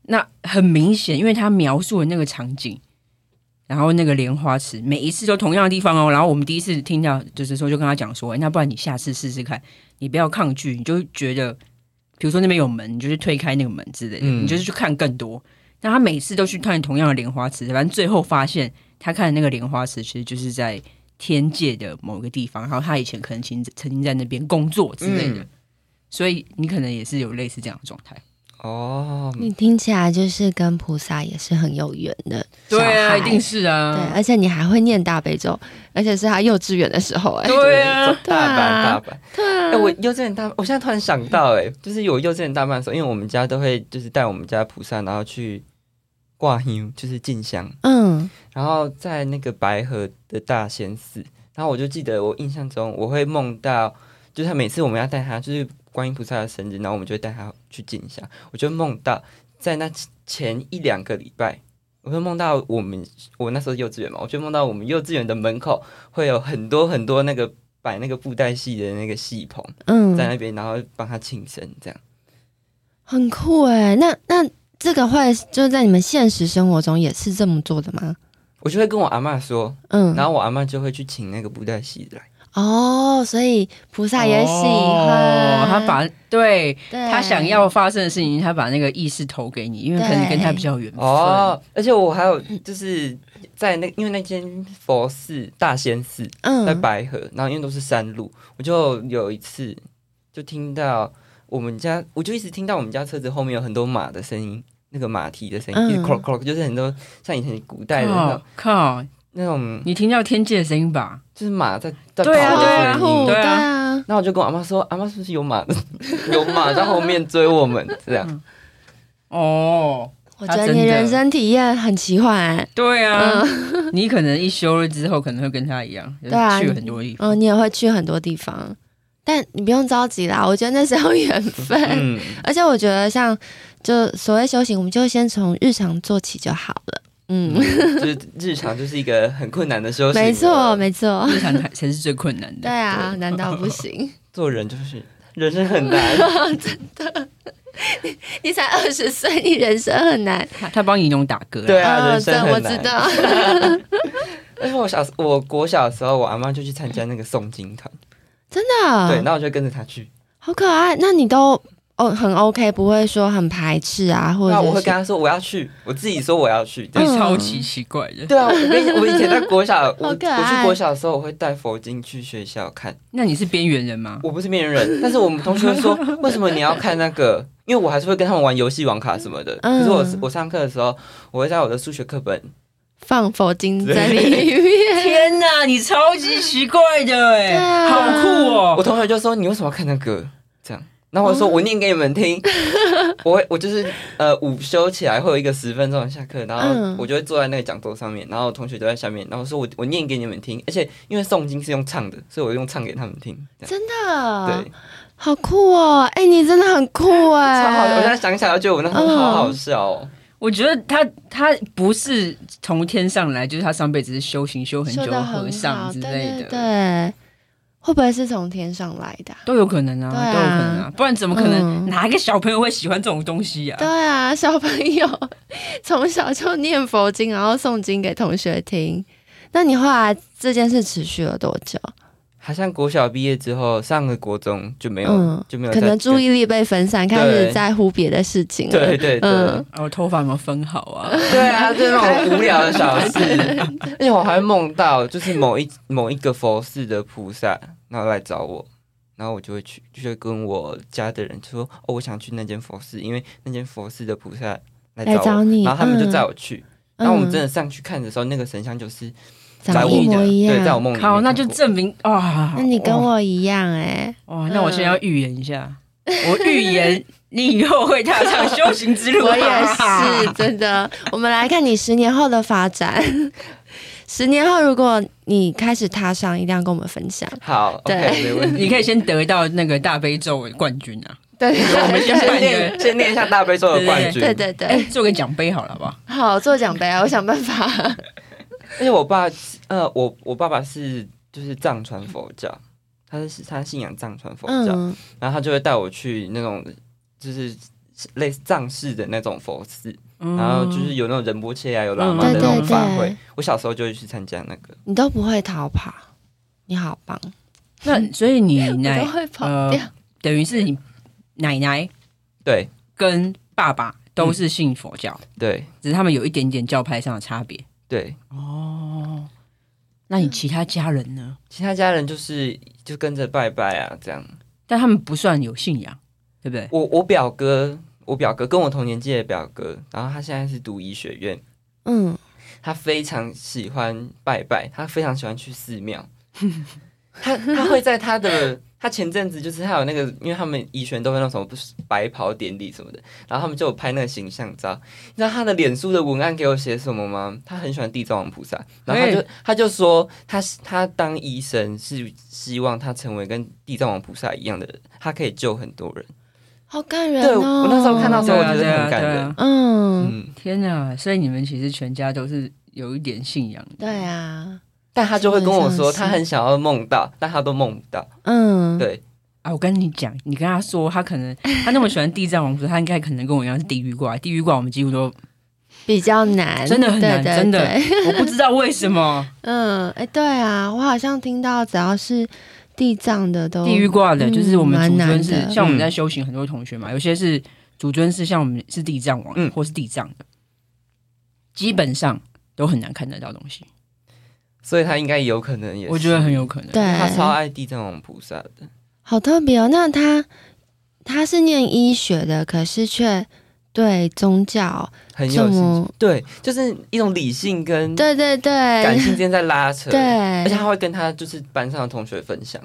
S1: 那很明显，因为他描述的那个场景。然后那个莲花池每一次都同样的地方哦，然后我们第一次听到就是说就跟他讲说，哎那不然你下次试试看，你不要抗拒，你就觉得，比如说那边有门，你就是推开那个门之类的，
S3: 嗯
S1: 你就是去看更多。但他每次都去看同样的莲花池，反正最后发现他看的那个莲花池其实就是在天界的某个地方，然后他以前可能曾曾经在那边工作之类的，
S3: 嗯
S1: 所以你可能也是有类似这样的状态。
S3: 哦，
S2: 你听起来就是跟菩萨也是很有缘的小孩。
S1: 是
S2: 对，
S1: 啊，
S2: 而且你还会念大悲咒，而且是他幼稚园的时候哎、
S1: 对啊，
S2: 对
S3: 大
S2: 啊
S3: 班大班。哎、我幼稚园大，我现在突然想到、哎，就是有幼稚园大班的时候，因为我们家都会就是带我们家菩萨，然后去挂音就是进香，
S2: 嗯
S3: 然后在那个白河的大仙寺，然后我就记得我印象中我会梦到，就是他每次我们要带他就是观音菩萨的生日，然后我们就会带他去进香，我就梦到在那前一两个礼拜。我会梦到我们，我那时候幼稚园嘛，我就梦到我们幼稚园的门口会有很多很多那个摆那个布袋戏的那个戏棚
S2: 嗯，
S3: 在那边，然后帮他庆生这样。
S2: 很酷哎。那那这个会就是在你们现实生活中也是这么做的吗？
S3: 我就会跟我阿嬷说，
S2: 嗯，
S3: 然后我阿嬷就会去请那个布袋戏来。
S2: 哦，所以菩萨也喜欢、
S1: 哦他把对
S2: 对
S1: 他想要发生的事情，他把那个意识投给你，因为可能跟他比较有缘分。
S3: 哦，而且我还有就是在那，因为那间佛寺大仙寺在
S2: 嗯
S3: 白河，然后因为都是山路，我就有一次就听到我们家，我就一直听到我们家车子后面有很多马的声音，那个马蹄的声音，
S2: 嗯
S3: 一直 clock clock，就是很多像以前古代的那种
S1: 靠哦靠，
S3: 那种，
S1: 你听到天际的声音吧？
S3: 就是马在在跑
S1: 对啊
S3: 的
S1: 对啊
S3: 声
S2: 酷
S3: 音。
S1: 对
S2: 对
S1: 啊
S2: 啊，
S3: 然后我就跟我阿妈说：“阿妈是不是有马？有马在后面追我们？”这样，
S1: 哦，
S2: 我
S1: 他
S2: 觉得
S1: 真
S2: 你
S1: 的
S2: 人生体验很奇幻、欸，
S1: 对啊，你可能一修了之后，可能会跟他一样，就是
S2: 对啊
S1: 去很多地方。
S2: 嗯，你也会去很多地方，但你不用着急啦，我觉得那是要缘分。
S3: 嗯，
S2: 而且我觉得像就所谓修行，我们就先从日常做起就好了。嗯，
S3: 就是日常就是一个很困难的修行了。
S2: 没错，没错，
S1: 日常才才是最困难的。
S2: 对啊，难道不行？
S3: 做人就是人生很难， [LAUGHS]
S2: 你才二十岁，你人生很难。
S1: 他他帮你弄打嗝啊，
S3: 对啊，
S2: 呃
S3: 人生
S2: 这我
S3: 很
S2: 知
S3: 难。
S2: 道。
S3: 而且我小时，我国小的时候，我阿妈就去参加那个诵经团，
S2: [LAUGHS] 真的，啊
S3: 对，那我就跟着她去。
S2: 好可爱。那你都哦很 OK，不会说很排斥啊，或者
S3: 那
S2: 是
S3: 我会跟她说我要去，我自己说我要去。这
S1: 你
S3: 样
S2: 嗯
S1: 超级奇怪的。
S3: [LAUGHS] 对啊，我跟你我以前在国 [LAUGHS] 小，我
S2: 好
S3: 我
S2: 可爱
S3: 去国小的时候，我会带佛经去学校看。
S1: 那你是边缘人吗？
S3: 我不是面 [LAUGHS] 人，但是我们同学会说，为什么你要看那个？因为我还是会跟他们玩游戏、网卡什么的。
S2: 嗯
S3: 可是我我上课的时候，我会在我的数学课本，
S2: 放佛经在里
S3: [LAUGHS]
S2: 面。
S1: 天哪，你超级奇怪的
S2: 对
S1: 哎，
S2: 啊
S1: 好酷
S3: 我
S1: 哦！
S3: 同学就说你为什么要看那个？这样，然后我就说我念给你
S2: [LAUGHS]
S3: 们听。我会我就是呃午休起来会有一个十分钟的下课，然后
S2: 嗯
S3: 我就会坐在那个讲桌上面，然后同学都在下面，然后我说我我念给你们听，而且因为诵经是用唱的，所以我用唱给他们听。这
S2: 真
S3: 样
S2: 的
S3: 对，，
S2: 好酷哦！哎、你真的很酷哎、嗯
S3: 超好的！我现在想起来，我觉得我那时候好好笑哦。
S1: 我觉得他他不是从天上来，就是他上辈子是修行修很久
S2: 修
S1: 的
S2: 的
S1: 和
S2: 很
S1: 尚
S2: 好，
S1: 之
S2: 对
S1: 类
S2: 对
S1: 的，
S2: 对，会不会是从天上来的啊、
S1: 都有可能啊，
S2: 对啊
S1: 都有可能啊，不然怎么可能
S2: 嗯
S1: 哪一个小朋友会喜欢这种东西呀
S2: 对？啊，小朋友 [LAUGHS] 从小就念佛经，然后诵经给同学听。那你后来这件事持续了多久？
S3: 好像国小毕业之后，上了国中就没有，
S2: 嗯
S3: 就没有
S2: 可
S3: 再
S2: 能注意力被分散，开始在乎别的事情了。
S3: 对对对
S2: 嗯，
S1: 哦，头发有没有分好啊？
S3: 对啊，就是那种无聊的小事。而且我还梦到，就是某一某一个佛寺的菩萨，然后来找我，然后我就会去，就会跟我家的人说，哦，我想去那间佛寺，因为那间佛寺的菩萨来
S2: 来
S3: 找我，
S2: 找你
S3: 然后他们就
S2: 嗯
S3: 载我去。然后我们真
S2: 的
S3: 的上去看的时候，那个神像就是在
S2: 长
S3: 我
S2: 一模一样，
S3: 对，在我梦里面看过。
S1: 好，那就证明啊，
S2: 那你跟我一样哎、
S1: 哇，哦那我现在
S3: 嗯
S1: 要预言一下，我预言你以后会踏上修行之
S3: [LAUGHS]
S1: 路。
S2: 我也是，真的。我们来看你十年后的发展。 [LAUGHS] 十年后，如果你开始踏上，一定要跟我们分享。
S3: 好
S2: 对
S3: ，OK，没问
S1: [LAUGHS]
S3: 题。
S1: 你可以先得到那个大悲咒冠军啊，
S2: 对，
S1: 我们
S2: [LAUGHS]
S1: 先办
S3: 先
S1: 一个
S3: 练，先练一下大悲咒的冠军。
S2: 对对
S1: 哎
S2: 对，，
S1: 做个奖杯好了，好不好？
S2: 好，做奖杯啊，我想办
S3: [LAUGHS]
S2: 法。
S3: 而且我爸，呃，我我爸爸是就是藏传佛教，他是他信仰藏传佛教，
S2: 嗯，
S3: 然后他就会带我去那种就是类似藏式的那种佛寺，然后就是有那种仁波切啊，有喇嘛
S1: 嗯
S3: 的那种法
S2: 嗯对对
S3: 会。
S2: 对
S3: 我小时候就会去参加那个，
S2: 你都不会逃跑，你好棒，
S1: 那，所以你
S2: 我都
S1: 奶
S2: 会跑
S1: 呃
S2: 掉。
S1: 等于是你奶奶
S3: 对
S1: 跟爸爸都是信佛教，
S3: 对
S1: 只是他们有一点点教派上的差别。
S3: 对，
S1: 哦，那你其他家人呢？
S3: 其他家人就是就跟着拜拜啊这样。
S1: 但他们不算有信仰，对不对？
S3: 我我表哥，我表哥跟我同年纪的表哥，然后他现在是读医学院，
S2: 嗯，
S3: 他非常喜 [LAUGHS] 欢拜拜，他非常喜欢去寺庙。他他会在他的他前阵子就是他有那个，因为他们宜轩都会那种什么不是白袍典礼什么的，然后他们就有拍那个形象照。你知道他的脸书的文案给我写什么吗？他很喜欢地藏王菩萨，然后他
S1: 哎
S3: 就他就说他是他当医生是希望他成为跟地藏王菩萨一样的人，他可以救很多人。
S2: 好感人
S3: 对
S2: 哦！
S3: 我那时候看到的时候，我
S1: 对啊
S3: 觉得很感
S1: 对啊对
S3: 人。
S1: 啊
S2: 嗯，
S3: 嗯，
S1: 天哪！所以你们其实全家都是有一点信仰的。
S2: 对啊，
S3: 但他就会跟我
S2: 基本上
S3: 说，
S2: 是
S3: 他很想要梦到，但他都梦不到。
S2: 嗯，
S3: 对，
S1: 啊，我跟你讲，你跟他说，他可能 [LAUGHS] 他那么喜欢地藏王菩萨，他应该可能跟我一样是地狱挂。地狱挂我们几乎
S2: [LAUGHS]
S1: 都
S2: 比较难，
S1: 真的很难，
S2: 对对
S1: 真的
S2: 对
S1: 我不知道为什么
S2: 嗯，哎、对啊，我好像听到只要是地藏的都
S1: 地狱挂的，
S2: 嗯
S1: 就是我们祖
S2: 蛮
S1: 尊
S2: 难
S1: 是
S2: 的
S3: 嗯
S1: 像我们在修行很多同学嘛，有些是祖尊是像我们是地藏王
S3: 嗯
S1: 或是地藏的，基本上都很难看得到东西。
S3: 所以他应该有可能也是，
S1: 我觉得很有可能。
S2: 对，
S3: 他超爱地藏王菩萨的。
S2: 好特别哦。那他他是念医学的，可是却对宗教
S3: 很有
S2: 这
S3: 兴趣，
S2: 么
S3: 对，就是一种理性跟
S2: 对对
S3: 感
S2: 对
S3: 性之间在拉扯，
S2: 对，，
S3: 而且他会跟他就是班上的同学分享，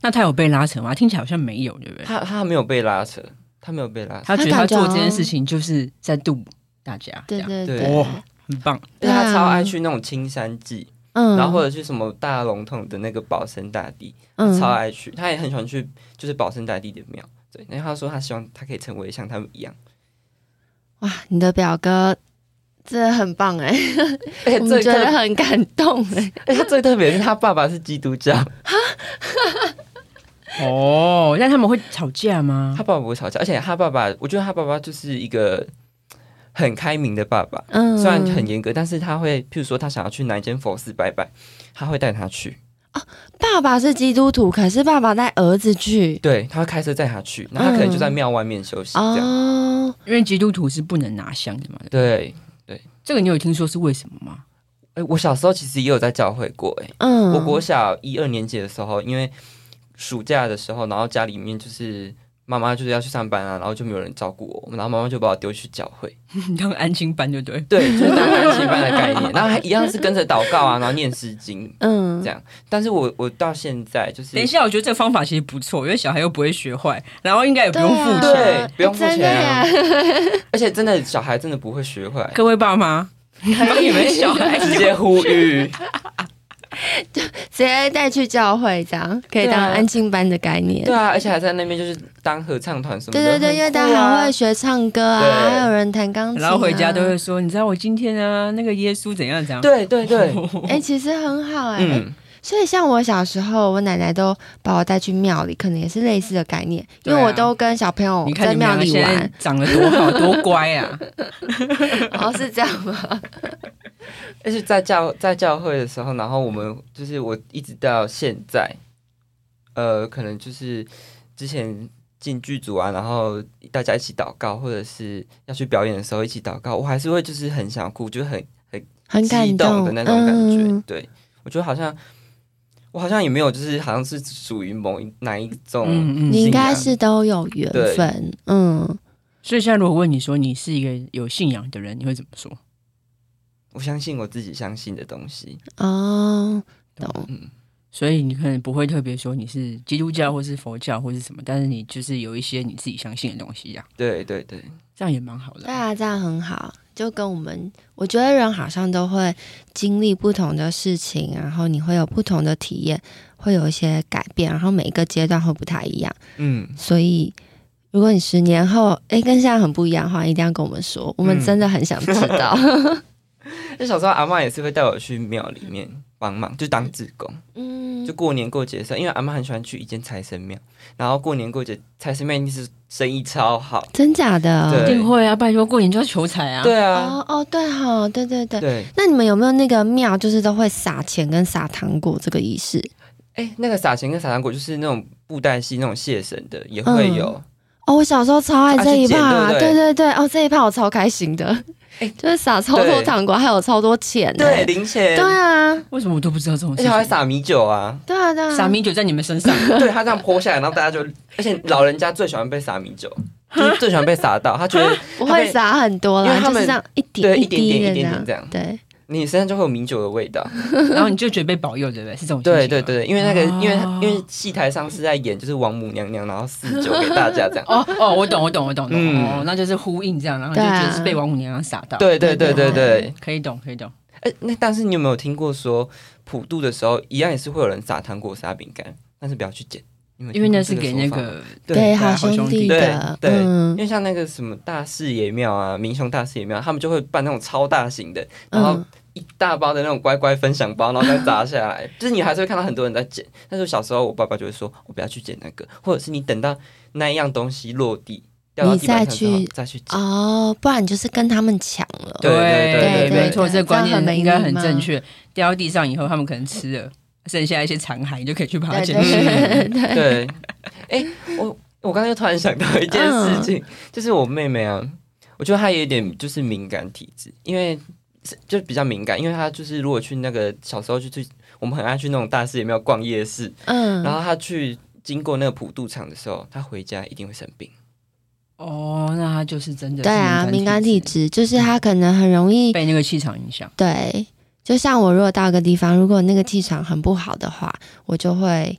S1: 那他有被拉扯吗？听起来好像没有，对不对？
S3: 他他没有被拉扯，他没有被拉扯，
S1: 他觉得他
S2: 他感觉
S1: 做
S2: 好
S1: 这
S2: 像
S1: 件事情就是在度大家，这
S2: 对
S1: 样
S2: 对
S3: 对
S2: 对，
S1: 很棒。
S3: 而且
S2: 对啊
S3: 他超爱去那种青山祭，
S2: 嗯，
S3: 然后或者去什么大龙峒的那个保生大帝，
S2: 嗯
S3: 超爱去，他也很喜欢去就是保生大帝的庙。对，然后他说他希望他可以成为像他们一样，
S2: 哇，你的表哥这很棒哎，
S3: 而且
S2: 我们
S3: 最
S2: 觉
S3: 特
S2: 得很感动哎，
S3: 而且他最特别的是他爸爸是基督教，
S1: 哦，那他们会吵架吗
S3: 他？爸爸不会吵架，而且他爸爸，我觉得他爸爸就是一个很开明的爸爸，
S2: 嗯，
S3: 虽然很严格，但是他会，譬如说他想要去哪一间佛寺拜拜，他会带他去，
S2: 爸爸是基督徒，可是爸爸带儿子去
S3: 对，他会开车带他去，那他可能就在庙外面休息这样，
S2: 嗯哦，
S1: 因为基督徒是不能拿香的嘛。对
S3: 对。
S1: 这个你有听说是为什么吗？
S3: 哎、我小时候其实也有在教会过、哎、
S2: 嗯，
S3: 我国小一二年级的时候，因为暑假的时候，然后家里面就是妈妈就是要去上班啊，然后就没有人照顾我，然后妈妈就把我丢去教会，
S1: 你 [LAUGHS] 当安亲班就对。
S3: 对，就是当安息班的概
S2: [LAUGHS]
S3: 念，然后还一样是跟着祷告啊，然后念诗经，
S2: 嗯
S3: 这样。但是我我到现在就是
S1: 等一下，我觉得这个方法其实不错，因为小孩又不会学坏，然后应该也不用付钱。
S2: 对
S3: 对
S2: 啊，
S3: 不用付
S2: 真的
S3: 钱啊
S2: 耶！
S3: 而且真的小孩真的不会学坏，
S1: 各位爸妈，把你们小孩 [LAUGHS]
S3: 直接呼吁，
S2: 直接带去教会，这样可以
S3: 对
S2: 当
S3: 啊
S2: 安静班的概念。
S3: 对啊，而且还在那边就是当合唱团什么
S2: 对
S3: 的，
S2: 对对，因为大
S3: 很酷
S2: 家
S3: 啊
S2: 还会学唱歌啊，
S3: 对
S2: 还有人弹钢琴啊，
S1: 然后回家都会说，你知道我今天啊，那个耶稣怎样怎样。
S3: 对对对，
S1: [LAUGHS]
S2: 哎，其实很好哎。
S3: 嗯，
S2: 所以像我小时候，我奶奶都把我带去庙里，可能也是类似的概念，因
S1: 对
S2: 为
S1: 啊
S2: 我都跟小朋友
S1: 你看
S2: 在
S1: 你们
S2: 庙
S1: 两个
S2: 里
S1: 现在
S2: 玩，
S1: 长得多好多乖啊！
S2: 哦，是这样吗？
S3: 而且在教在教会的时候，然后我们就是我一直到现在，呃，可能就是之前。进剧组啊，然后大家一起祷告，或者是要去表演的时候一起祷告，我还是会就是很想哭，就很
S2: 很
S3: 激
S2: 感动
S3: 动的那种感觉。
S2: 嗯
S3: 对我觉得好像我好像也没有，就是好像是属于某一哪一种信仰、
S1: [LAUGHS] 嗯嗯
S2: 你应该是都有缘
S3: 对
S2: 分，嗯，
S1: 所以现在如果问你说你是一个有信仰的人，你会怎么说？
S3: 我相信我自己相信的东西。
S2: 哦，懂，
S3: 嗯，
S1: 所以你可能不会特别说你是基督教或是佛教或是什么，但是你就是有一些你自己相信的东西呀、
S3: 对对对，
S1: 这样也蛮好的
S2: 对
S1: 啊、
S2: 啊，这样很好。就跟我们，我觉得人好像都会经历不同的事情，然后你会有不同的体验，会有一些改变，然后每一个阶段会不太一样。
S3: 嗯，
S2: 所以，如果你十年后哎跟现在很不一样的话，一定要跟我们说，我们真的很想知道。
S3: 就小时候阿嬷也是会带我去庙里面帮忙，就当志工。
S2: 嗯，
S3: 就过年过节的时候，因为阿嬷很喜欢去一间财神庙，然后过年过节财神庙一定是生意超好。
S2: 真假
S1: 一
S2: 的？
S3: 对
S1: 定会啊！拜托，过年就要求财啊！，
S3: 对啊，
S2: 哦哦，对哈、对对对。
S3: 对。
S2: 那你们有没有那个庙，就是都会撒钱跟撒糖果这个仪式？
S3: 哎、那个撒钱跟撒糖果就是那种布袋戏、那种谢神的，也会
S2: 嗯
S3: 有。
S2: 哦，我小时候超爱这一趴、
S3: 啊去捡
S2: 对
S3: 对不对
S2: 对对，哦，这一趴我超开心的， [LAUGHS] 就是撒超多
S3: 对
S2: 糖果，还有超多钱呢、
S3: 对，零钱。
S2: 对啊，
S1: 为什么我都不知道这种事
S3: 而且
S1: 情？
S3: 还会撒米酒啊。
S2: 对啊，对啊，
S1: 傻米酒在你们身
S3: [LAUGHS]
S1: 上， [LAUGHS]
S3: 对他这样泼下来，然后大家就，而且老人家最喜欢被
S1: [LAUGHS]
S3: 撒米酒，就是最喜欢被撒到，他觉得
S2: 我会撒很多
S3: 因
S2: 啦，
S3: 为他
S2: 就是
S3: 们
S2: 这样一点
S3: 对
S2: 一
S3: 一点
S2: 滴
S3: 点
S2: 的这
S3: 一点
S2: 样
S3: 点，这样，
S2: 对，
S3: 你身上就会有米酒的味道。
S1: 然后你就觉得被保佑，对不对？是这种心情
S3: 对
S1: 吗
S3: 对对，对因为那个，因为
S1: 哦
S3: 因为戏台上是在演就是王母娘娘，然后四酒给大家这样。
S1: [LAUGHS] 哦哦，我懂，我懂，我懂，懂、
S3: 嗯
S1: 哦，那就是呼应这样，然后就
S2: 对啊
S1: 觉得是被王母娘娘撒到。
S3: 对对对对对，
S1: 可以懂，可以懂。
S3: 哎、那但是你有没有听过说普渡的时候，一样也是会有人撒糖果、撒饼干，但是不要去捡，
S1: 因为那是给那
S3: 因为听过
S1: 个啊
S3: 这说法吗对啊
S2: 给
S1: 好
S2: 好
S1: 兄
S2: 兄
S1: 弟
S2: 弟的，
S3: 对对
S2: 嗯
S3: 因为像那个什么大视野庙啊、民雄大视野庙，他们就会办那种超大型的，然后
S2: 嗯，
S3: 一大包的那种乖乖分享包，然后再砸下 [LAUGHS] 来。就是你还是会看到很多人在捡。但是小时候我爸爸就会说，我不要去捡那个，或者是你等到那一样东西落地掉到地板上之后
S2: 你
S3: 再去捡。
S2: 哦，不然就是跟他们抢了，
S3: 对对对
S1: 没错，
S2: 对
S1: 这个观
S2: 这样
S1: 念
S2: 很没
S1: 应该
S2: 礼
S1: 很
S2: 貌
S1: 正确。掉到地上以后，他们可能吃了，剩下一些残骸，你就可以去把它
S2: 对
S1: 捡
S2: 对
S1: 起来。
S2: 对 [LAUGHS] 对
S3: 对，哎、我我刚才又突然想到一件事
S2: 嗯
S3: 情，就是我妹妹啊，我觉得她有一点就是敏感体质，因为是就比较敏感，因为她就是如果去那个小时候就去，我们很爱去那种大市也没有逛夜市，
S2: 嗯，
S3: 然后她去经过那个普渡场的时候，她回家一定会生病。
S1: 哦，那他就是真的是
S2: 对啊，敏感体质就是他可能很容易
S1: 被那个气场影响。
S2: 对，就像我如果到一个地方，如果那个气场很不好的话，我就会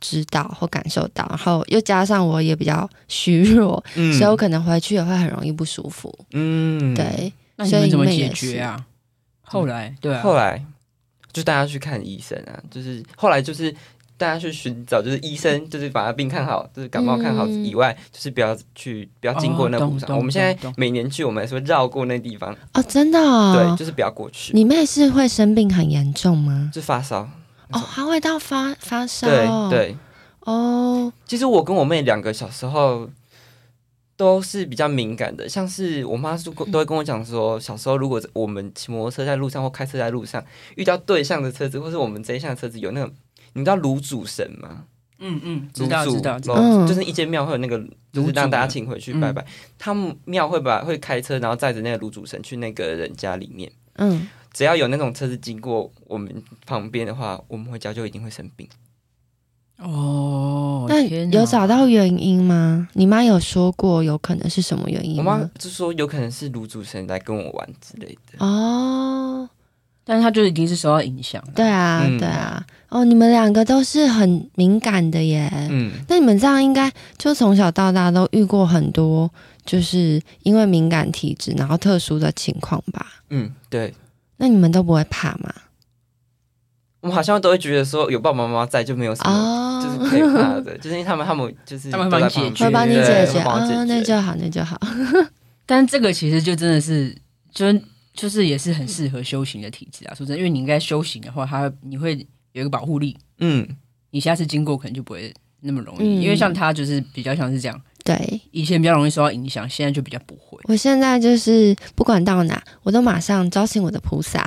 S2: 知道或感受到，然后又加上我也比较虚弱，
S3: 嗯
S2: 所以我可能回去也会很容易不舒服。
S3: 嗯，
S2: 对，
S1: 那你
S2: 所以
S1: 们怎么
S2: 你们也
S1: 解决
S2: 是
S1: 啊？后来对啊，
S3: 后来就大家去看医生啊，就是后来就是大家去寻找，就是医生就是把他病看好，就是感冒看好
S2: 嗯
S3: 以外，就是不要去不要经过那
S1: 哦懂
S3: 补偿。
S1: 懂
S3: 我们现在
S1: 懂啊懂
S3: 每年去，我们还是会绕过那地方，
S2: 哦，真的、哦
S3: 对，，就是不要过去，
S2: 你妹是会生病很严重吗？
S3: 就发烧。
S2: 哦，还会到发发烧
S3: 对
S2: 哦，
S3: 对，
S2: 哦，
S3: 其实我跟我妹两个小时候。都是比较敏感的，像是我妈是
S1: 嗯
S3: 跟都会跟我讲说，小时候如果我们骑摩托车在路上或开车在路上遇到对向的车子，或是我们这一项的车子有那种，你知道卤主神吗？
S1: 嗯嗯，
S3: 卤
S1: 知道
S3: 煮
S1: 知道知道。
S3: 然
S2: 嗯
S3: 后就是一间庙会有那个，就是让大家请回去拜
S1: 嗯
S3: 拜。他们庙会把会开车，然后载着那个卤主神去那个人家里面。
S2: 嗯，
S3: 只要有那种车子经过我们旁边的话，我们回家就一定会生病。
S1: 哦，
S2: 那
S1: 天
S2: 有
S1: 哪
S2: 找到原因吗？你妈有说过有可能是什么原因
S3: 我妈
S2: 吗？
S3: 就说有可能是卤主神来跟我玩之类的。
S2: 哦，
S1: 但是他就已经是受到影响了。
S2: 对啊，
S3: 嗯
S2: 对啊，哦，你们两个都是很敏感的耶。
S3: 嗯，
S2: 那你们这样应该就从小到大都遇过很多，就是因为敏感体质然后特殊的情况吧？
S3: 嗯，对。
S2: 那你们都不会怕吗？
S3: 我们好像都会觉得说有爸爸妈妈在就没有什么，
S2: 哦，
S3: 就是可以怕的，就是因为他们他们就是
S1: 他们会帮你
S3: 都在旁
S1: 解
S3: 边
S1: 决
S2: 会帮你
S3: 对
S2: 解
S3: 会
S2: 决
S3: 帮我
S2: 哦，那
S3: 解决。
S2: 就好，那就好。
S1: 但这个其实就真的是，就就是也是很适合修行的体质啊。说真的，因为你应该修行的话，它你会有一个保护力，
S3: 嗯，
S1: 你下次经过可能就不会那么容易。
S2: 嗯
S1: 因为像他就是比较像是这样，
S2: 对
S1: 以前比较容易受到影响，现在就比较不会。
S2: 我现在就是不管到哪，我都马上招请我的菩萨，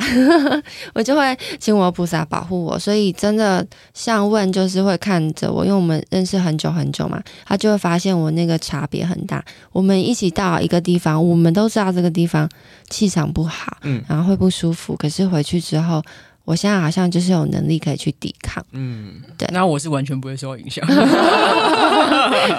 S2: [LAUGHS] 我就会请我的菩萨保护我。所以真的像问就是会看着我，因为我们认识很久很久嘛，他就会发现我那个差别很大。我们一起到一个地方，我们都知道这个地方气场不好，
S3: 嗯
S2: 然后会不舒服。可是回去之后，我现在好像就是有能力可以去抵抗。
S3: 嗯，
S1: 那我是完全不会受到影响。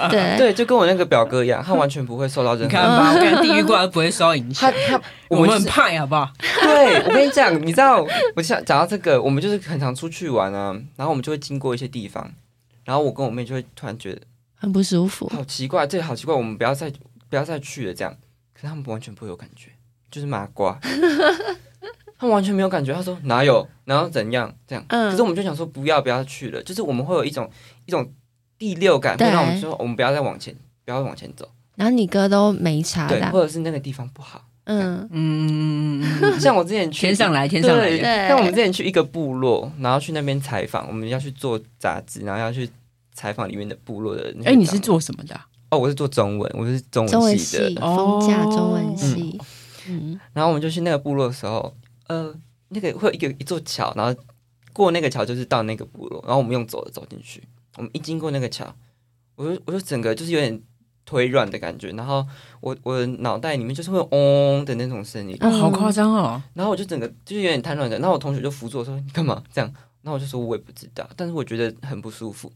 S2: 对，
S3: 啊对，就跟我那个表哥一样，他完全不会受到任
S1: [LAUGHS]
S3: 何。
S1: 你看吧，我看地狱怪都不会受到影响
S3: 嗯
S1: [LAUGHS]
S3: 他。他，
S1: 我们
S3: 就是
S1: 很派好不好？
S3: 对，我跟你讲，你知道，我想讲到这个，我们就是很常出去玩啊，然后我们就会经过一些地方，然后我跟我妹就会突然觉得
S2: 很不舒服。
S3: 好奇怪，这个好奇怪，我们不要再不要再去了这样。可是他们完全不会有感觉，就是麻瓜， [LAUGHS] 他们完全没有感觉。他说哪有，然后怎样这样？
S2: 嗯
S3: 可是我们就想说不要不要去了，就是我们会有一种一种第六感，会
S2: 对
S3: 让我们说我们不要再往前，不要往前走，
S2: 然后你哥都没查
S3: 对，
S2: 的，
S3: 或者是那个地方不好。
S2: 嗯，
S1: 嗯，嗯嗯
S3: [LAUGHS]
S1: 嗯嗯
S3: 像我之前去
S1: 天上来，天上
S3: 对
S1: 来。
S2: 对
S3: 像我们之前去一个部落，然后去那边采访，我们要去做杂志，然后要去采访里面的部落的那些长辈。
S1: 哎，你是做什么的啊？
S3: 哦，我是做中文，我是中
S2: 中文
S3: 系
S2: 系
S3: 的。
S2: 风架中
S1: 哦
S2: 文系，嗯。
S3: 然后我们就去那个部落的时候，呃，那个会有一个一座桥，然后过那个桥就是到那个部落，然后我们用走的走进去。我们一经过那个桥，我就我就整个就是有点腿软的感觉，然后我我的脑袋里面就是会嗡嗡的那种声音，
S1: 哦，好夸张哦！
S3: 然后我就整个就是有点瘫软的，然后我同学就扶住我说：“你干嘛这样？”然后我就说：“我也不知道，但是我觉得很不舒服。”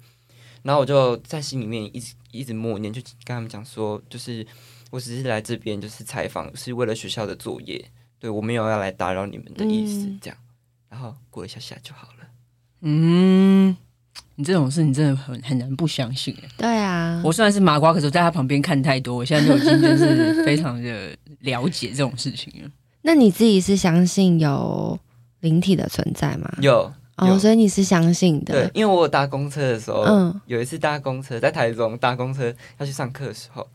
S3: 然后我就在心里面一直一直默念，就跟他们讲说：“就是我只是来这边就是采访，是为了学校的作业，对我没有要来打扰你们的意思
S2: 嗯，
S3: 这样，然后过一下下就好了。
S1: 嗯，你这种事你真的很很难不相信欸。
S2: 对啊，
S1: 我虽然是麻瓜，可是我在他旁边看太多，我现在就已经就是非常的了解这种事情了。
S2: 那你自己是相信有灵体的存在吗？
S3: 有
S2: 哦，
S3: 有
S2: 所以你是相信
S3: 对
S2: 的，，
S3: 因为我有搭公车的时候，
S2: 嗯
S3: 有一次搭公车在台中搭公车要去上课的时候，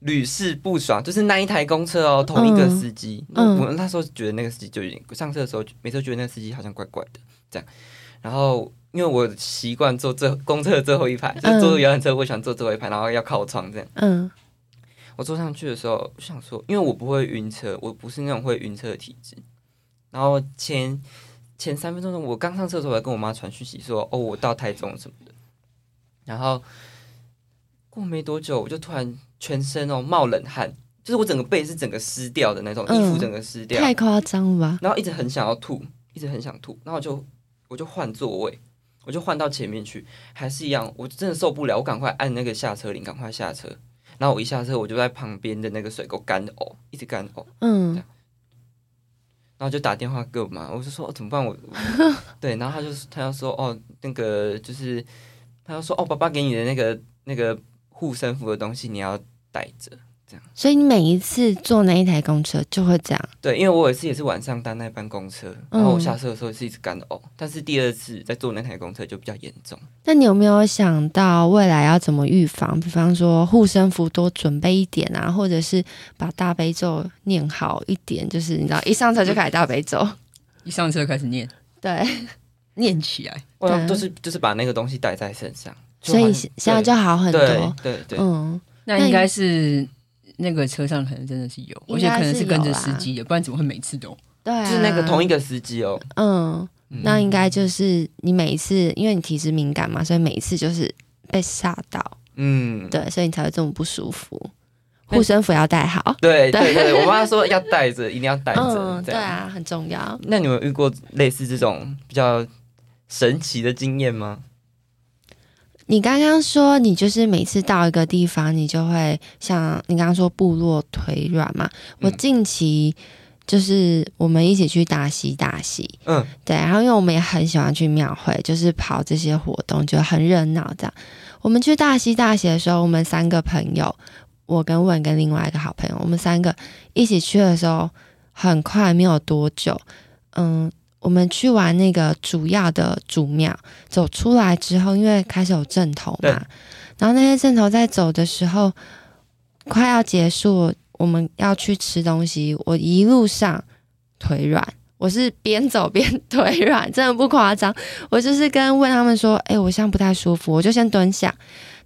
S3: 屡试不爽，就是那一台公车哦，同一个司机，
S2: 嗯
S3: 我那时候觉得那个司机就有点上车的时候，每次都觉得那个司机好像怪怪的这样，然后。因为我习惯坐最公车的最后一排，就是坐
S2: 嗯
S3: 游览车，我喜欢坐最后一排，然后要靠窗这样。
S2: 嗯
S3: 我坐上去的时候，我想说，因为我不会晕车，我不是那种会晕车的体质。然后前前三分钟钟，我刚上厕所，我还跟我妈传讯息说，哦，我到台中什么的。然后过没多久，我就突然全身哦冒冷汗，就是我整个背是整个湿掉的那种，
S2: 嗯
S3: 衣服整个湿掉，
S2: 太夸张了吧？
S3: 然后一直很想要吐，一直很想吐，然后我就我就换座位，我就换到前面去，还是一样，我真的受不了，我赶快按那个下车铃，赶快下车。然后我一下车，我就在旁边的那个水沟干呕，一直干呕，
S2: 嗯
S3: 然后就打电话给我妈，我就说、哦、怎么办？我对，然后他就他就说哦，那个就是，他就说哦，爸爸给你的那个那个护身符的东西你要带着。
S2: 所以你每一次坐那一台公车就会这样，
S3: 对，因为我有一次也是晚上搭那班公车，然后我下车的时候是一直干呕，但是第二次在坐那台公车就比较严重。
S2: 那你有没有想到未来要怎么预防？比方说护身符多准备一点啊，或者是把大悲咒念好一点，就是你知道一上车就开始大悲咒， [LAUGHS]
S1: 一上车开始念，
S2: 对，
S1: 念起来。
S3: 我
S2: 对啊
S3: 要就是就是把那个东西带在身上，就
S2: 所以
S3: 很
S2: 现现在就好很
S3: 对
S2: 多。
S3: 对对，
S2: 嗯，
S1: 那
S2: 那
S1: 应
S2: 你
S1: 该是那个车上可能真的是有，
S2: 应
S1: 而且
S2: 该
S1: 可能
S2: 是
S1: 是跟
S2: 有
S1: 着
S2: 啦
S1: 司机的，不然怎么会每次都？
S2: 对、啊，
S3: 就是那个同一个司机哦，
S2: 嗯，
S3: 嗯
S2: 那应该就是你每一次，因为你体质敏感嘛，所以每一次就是被吓到，
S3: 嗯，
S2: 对，所以你才会这么不舒服。
S3: 那
S2: 护身符要戴好，
S3: 对
S2: 对
S3: 对对，我妈说要带着，一定要带着
S2: 嗯，，
S3: 这
S2: 对
S3: 样。
S2: 啊，很重要。
S3: 那你们有遇过类似这种比较神奇的经验吗？
S2: 你刚刚说你就是每次到一个地方，你就会像你刚刚说部落腿软嘛。我
S3: 嗯
S2: 近期就是我们一起去大溪大溪，
S3: 嗯，
S2: 对，然后因为我们也很喜欢去庙会，就是跑这些活动，就很热闹这样。我们去大溪大溪的时候，我们三个朋友，我跟问跟另外一个好朋友，我们三个一起去的时候，很快没有多久，嗯，我们去完那个主要的主庙，走出来之后，因为开始有阵头
S3: 对
S2: 嘛，然后那些阵头在走的时候，快要结束，我们要去吃东西，我一路上腿软。我是边走边 [LAUGHS] 腿软，真的不夸张。我就是跟问他们说，哎、我现在不太舒服，我就先蹲下，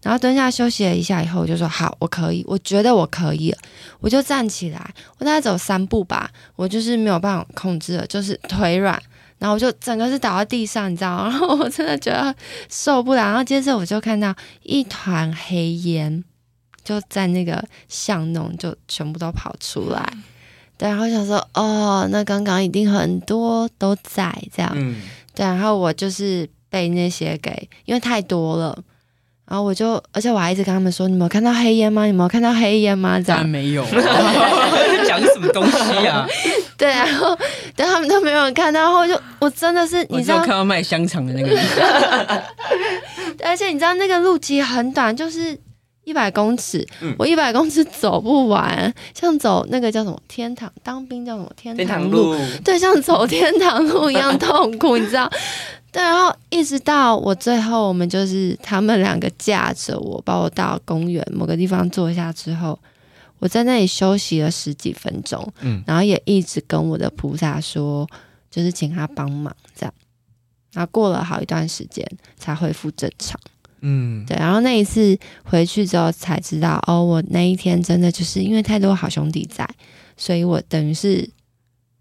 S2: 然后蹲下休息了一下以后，我就说好，我可以，我觉得我可以了，我就站起来，我大概走三步吧，我就是没有办法控制了，就是腿软。然后我就整个是倒在地上，你知道吗？然后我真的觉得受不了。然后接着我就看到一团黑烟，就在那个巷弄就全部都跑出来。对，然后想说，哦，那刚刚一定很多都在这样。
S3: 嗯，
S2: 对，然后我就是被那些给，因为太多了，然后我就，而且我还一直跟他们说，你们有看到黑烟吗？你们有看到黑烟吗？这
S1: 当然
S2: 样，
S1: 没有啊，讲什么东西啊？
S2: 对，然后但他们都没有看到，然后我就我真的是，
S1: 我
S2: 你
S1: 只
S2: 知
S1: 有
S2: 道
S1: 看，到卖香肠的那个人，
S2: 而且你知道那个路其实很短，就是一百公尺，
S3: 嗯
S2: 我一百公尺走不完，像走那个叫什么天堂当兵叫什么天
S3: 天
S2: 堂
S3: 堂
S2: 路，
S3: 路，
S2: 对，像走天堂路一样痛苦，你知道？ [LAUGHS] 对，然后一直到我最后，我们就是他们两个架着我，把我到公园某个地方坐下之后，我在那里休息了十几分钟，
S3: 嗯
S2: 然后也一直跟我的菩萨说，就是请他帮忙这样。然后过了好一段时间才恢复正常，
S3: 嗯，
S2: 对。然后那一次回去之后才知道，哦，我那一天真的就是因为太多好兄弟在，所以我等于是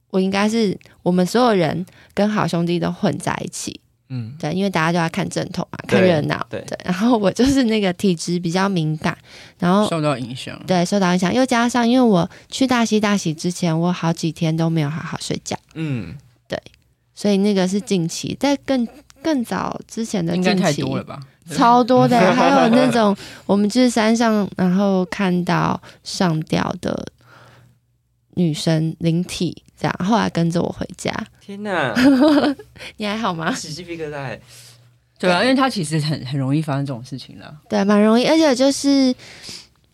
S2: 我应该是我们所有人跟好兄弟都混在一起，
S3: 嗯，
S2: 对，因为大家就要看正统嘛，
S3: 对
S2: 看热闹，
S3: 对
S2: 然后我就是那个体质比较敏感，然后
S1: 受到影响。
S2: 对受到影响，又加上因为我去大溪大喜之前，我好几天都没有好好睡觉，
S3: 嗯，
S2: 所以那个是近期，在更更早之前的
S1: 应
S2: 近期
S1: 该太多了吧？
S2: [LAUGHS] 超多的，还有那种我们去山上，然后看到上吊的女生灵体这样，后来跟着我回家。[LAUGHS]
S3: 天哪，
S2: 你还好吗？
S3: 起鸡皮疙瘩欸！
S1: 对啊，因为它其实很很容易发生这种事情啦。
S2: 对，蛮容易，而且就是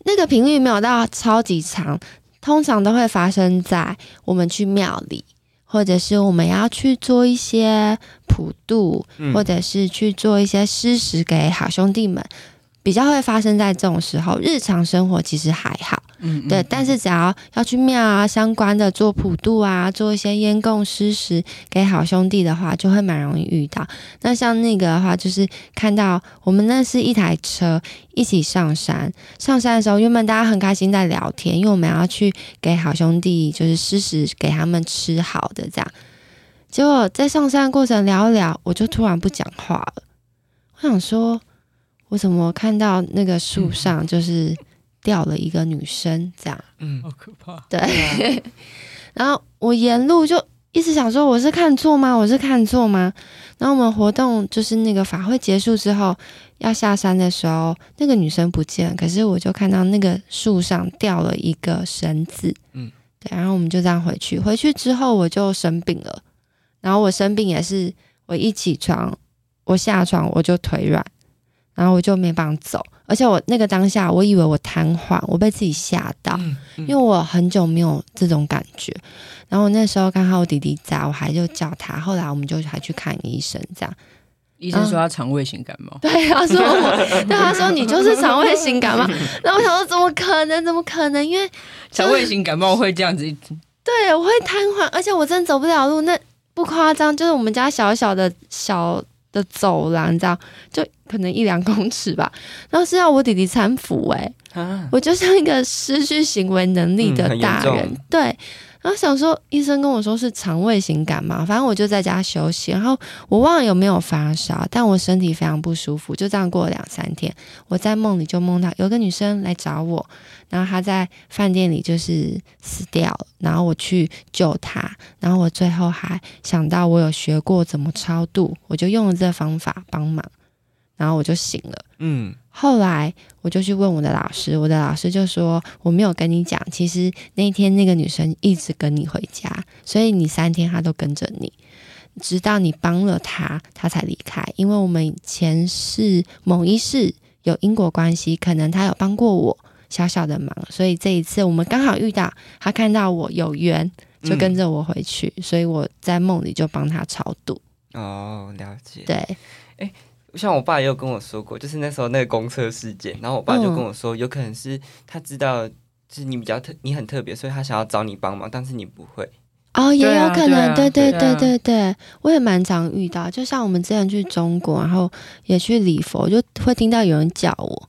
S2: 那个频率没有到超级长，通常都会发生在我们去庙里，或者是我们要去做一些普渡，
S3: 嗯
S2: 或者是去做一些施食给好兄弟们。比较会发生在这种时候，日常生活其实还好，
S1: 嗯，
S2: 对。但是只要要去庙啊、相关的做普渡啊、做一些烟供施食给好兄弟的话，就会蛮容易遇到。那像那个的话，就是看到我们那是一台车一起上山，上山的时候原本大家很开心在聊天，因为我们要去给好兄弟就是施食给他们吃好的这样。结果在上山的过程聊一聊，我就突然不讲话了。我想说，我怎么看到那个树上就是掉了一个女生这样？
S3: 嗯，
S1: 好可怕。
S2: 对， [LAUGHS] 然后我沿路就一直想说我是看错吗？我是看错吗？然后我们活动就是那个法会结束之后要下山的时候，那个女生不见了，可是我就看到那个树上掉了一个绳子，嗯
S3: 嗯，
S2: 对，然后我们就这样回去。回去之后我就生病了，然后我生病也是我一起床，我下床我就腿软。然后我就没办法走，而且我那个当下，我以为我瘫痪，我被自己吓到，
S3: 嗯
S2: 因为我很久没有这种感觉。然后那时候刚好我弟弟在，我还就叫他，后来我们就还去看医生，这样。 [LAUGHS]
S1: 医生说他肠胃型感冒，
S2: 对，他说我，对他说你就是肠胃型感冒。然后我想说怎么可能？怎么可能？因为
S1: 肠胃型感冒会这样子一直，
S2: 对我会瘫痪，而且我真的走不了路，那不夸张，就是我们家小小的小的走廊，你知道，就可能一两公尺吧。然后是要我弟弟搀扶、欸，
S3: 啊，
S2: 我就像一个失去行为能力的大
S3: 嗯很
S2: 人，
S3: 严重
S2: 对。然后想说，医生跟我说是肠胃型感冒，反正我就在家休息。然后我忘了有没有发烧，但我身体非常不舒服，就这样过了两三天。我在梦里就梦到有个女生来找我，然后她在饭店里就是死掉了，然后我去救她，然后我最后还想到我有学过怎么超度，我就用了这方法帮忙，然后我就醒了。
S3: 嗯，
S2: 后来我就去问我的老师，我的老师就说我没有跟你讲，其实那天那个女生一直跟你回家，所以你三天她都跟着你，直到你帮了她，她才离开。因为我们前世某一世有因果关系，可能她有帮过我小小的忙，所以这一次我们刚好遇到，她看到我有缘，就跟着我回去，所以我在梦里就帮她超度。
S3: 哦，了解。
S2: 对，
S3: 像我爸也有跟我说过，就是那时候那个公车事件，然后我爸就
S2: 嗯
S3: 跟我说，有可能是他知道，就是你比较特，你很特别，所以他想要找你帮忙，但是你不会。
S2: 哦，也
S1: 对
S2: 有
S1: 啊
S2: 可
S1: 对
S2: 能，
S1: 啊
S2: 对对
S1: 对
S2: 对
S1: 啊
S2: 对对，我也蛮常遇到。就像我们之前去中国，然后也去礼佛，就会听到有人叫我，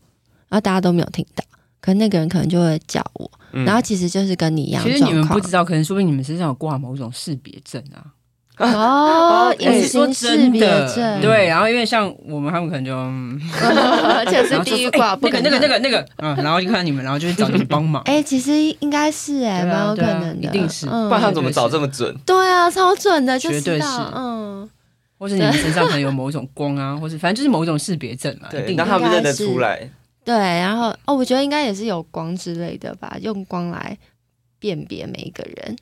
S2: 然后大家都没有听到，可那个人可能就会叫我，
S3: 嗯
S2: 然后其实就是跟你一样
S1: 其
S2: 的
S1: 实你
S2: 状
S1: 们
S2: 况。
S1: 不知道，可能说不定你们身上有挂某种识别症啊。
S2: 哦，
S1: 我
S2: 隐
S1: 是说
S2: 形识
S1: 真
S2: 别
S1: 的，
S2: 症，
S1: [LAUGHS] 对，然后因为像我们他们可能就，嗯
S2: 而且
S1: 然
S2: 是
S1: 后就
S2: 地狱
S1: 说
S2: 挂，
S1: 哎
S2: 不可
S1: 那个那
S2: 能。
S1: 个那个那个，嗯，然后就看到你们，然后就去找你们帮忙。
S2: [LAUGHS] 哎，其实应该是哎，
S1: 对啊
S2: 蛮有可
S1: 对啊
S2: 能的，
S1: 一定是
S2: 嗯
S3: 不然他怎么找这么准？
S2: 对啊，超准的，就
S1: 绝
S2: 知
S1: 对
S2: 道
S1: 是，
S2: 嗯，
S1: 或者你们身上可能有某种光啊，或者反正就是某种识别症啊，一
S3: 对，
S1: 定
S3: 然
S1: 的。
S3: 后他们认得出来。
S2: 对，然后哦，我觉得应该也是有光之类的吧，用光来辨别每一个人。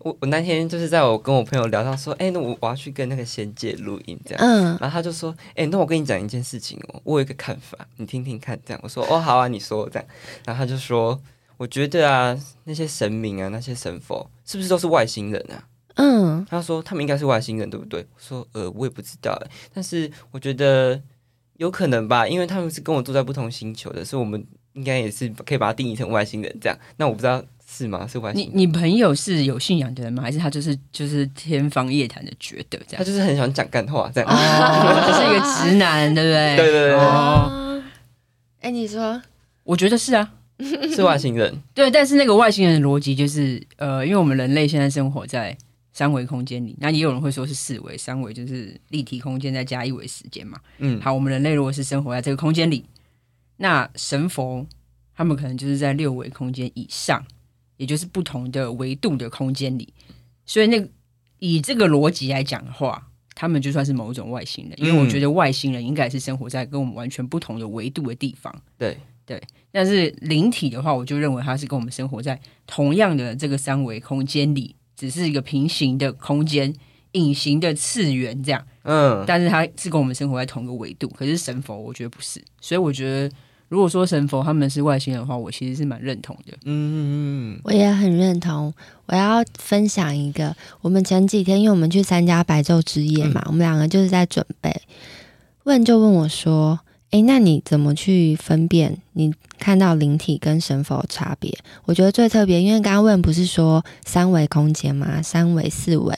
S3: 我我那天就是在我跟我朋友聊到说，哎、那我我要去跟那个仙界录音这样。
S2: 嗯，
S3: 然后他就说：“哎、那我跟你讲一件事情哦，我有一个看法，你听听看。”这样我说：“哦，好啊，你说这样。”然后他就说：“我觉得啊，那些神明啊，那些神佛，是不是都是外星人啊？”
S2: 嗯，
S3: 他说：“他们应该是外星人，对不对？”我说：“呃，我也不知道欸，但是我觉得有可能吧，因为他们是跟我住在不同星球的，所以我们应该也是可以把它定义成外星人这样。那我不知道是吗？是外
S1: 你
S3: 星人？
S1: 你朋友是有信仰的人吗？还是他就是就是天方夜谭的觉得这
S3: 他
S1: 样？
S3: 就是很喜欢讲干话这样。
S1: 哦，他是一个直男，对不对？
S3: 对对对对
S1: 哦，
S2: 哦，哎，你说，
S1: 我觉得是啊。
S3: [LAUGHS] 是外星人。
S1: 对，但是那个外星人的逻辑就是，呃，因为我们人类现在生活在三维空间里，那也有人会说是四维，三维就是立体空间再加一维时间嘛。
S3: 嗯，
S1: 好，我们人类如果是生活在这个空间里，那神佛他们可能就是在六维空间以上，也就是不同的维度的空间里。所以那个以这个逻辑来讲的话，他们就算是某一种外星人，因为我
S3: 嗯
S1: 觉得外星人应该是生活在跟我们完全不同的维度的地方。
S3: 对
S1: 对，但是灵体的话，我就认为它是跟我们生活在同样的这个三维空间里，只是一个平行的空间、隐形的次元这样。
S3: 嗯，
S1: 但是它是跟我们生活在同一个维度。可是神佛，我觉得不是，所以我觉得如果说神佛他们是外星人的话，我其实是蛮认同的。
S3: 嗯嗯嗯
S2: 我也很认同。我要分享一个，我们前几天因为我们去参加白昼之夜嘛，我们两个就是在准备。问就问我说：“诶，那你怎么去分辨你看到灵体跟神佛的差别？”我觉得最特别，因为刚刚问不是说三维空间吗？三维、四维。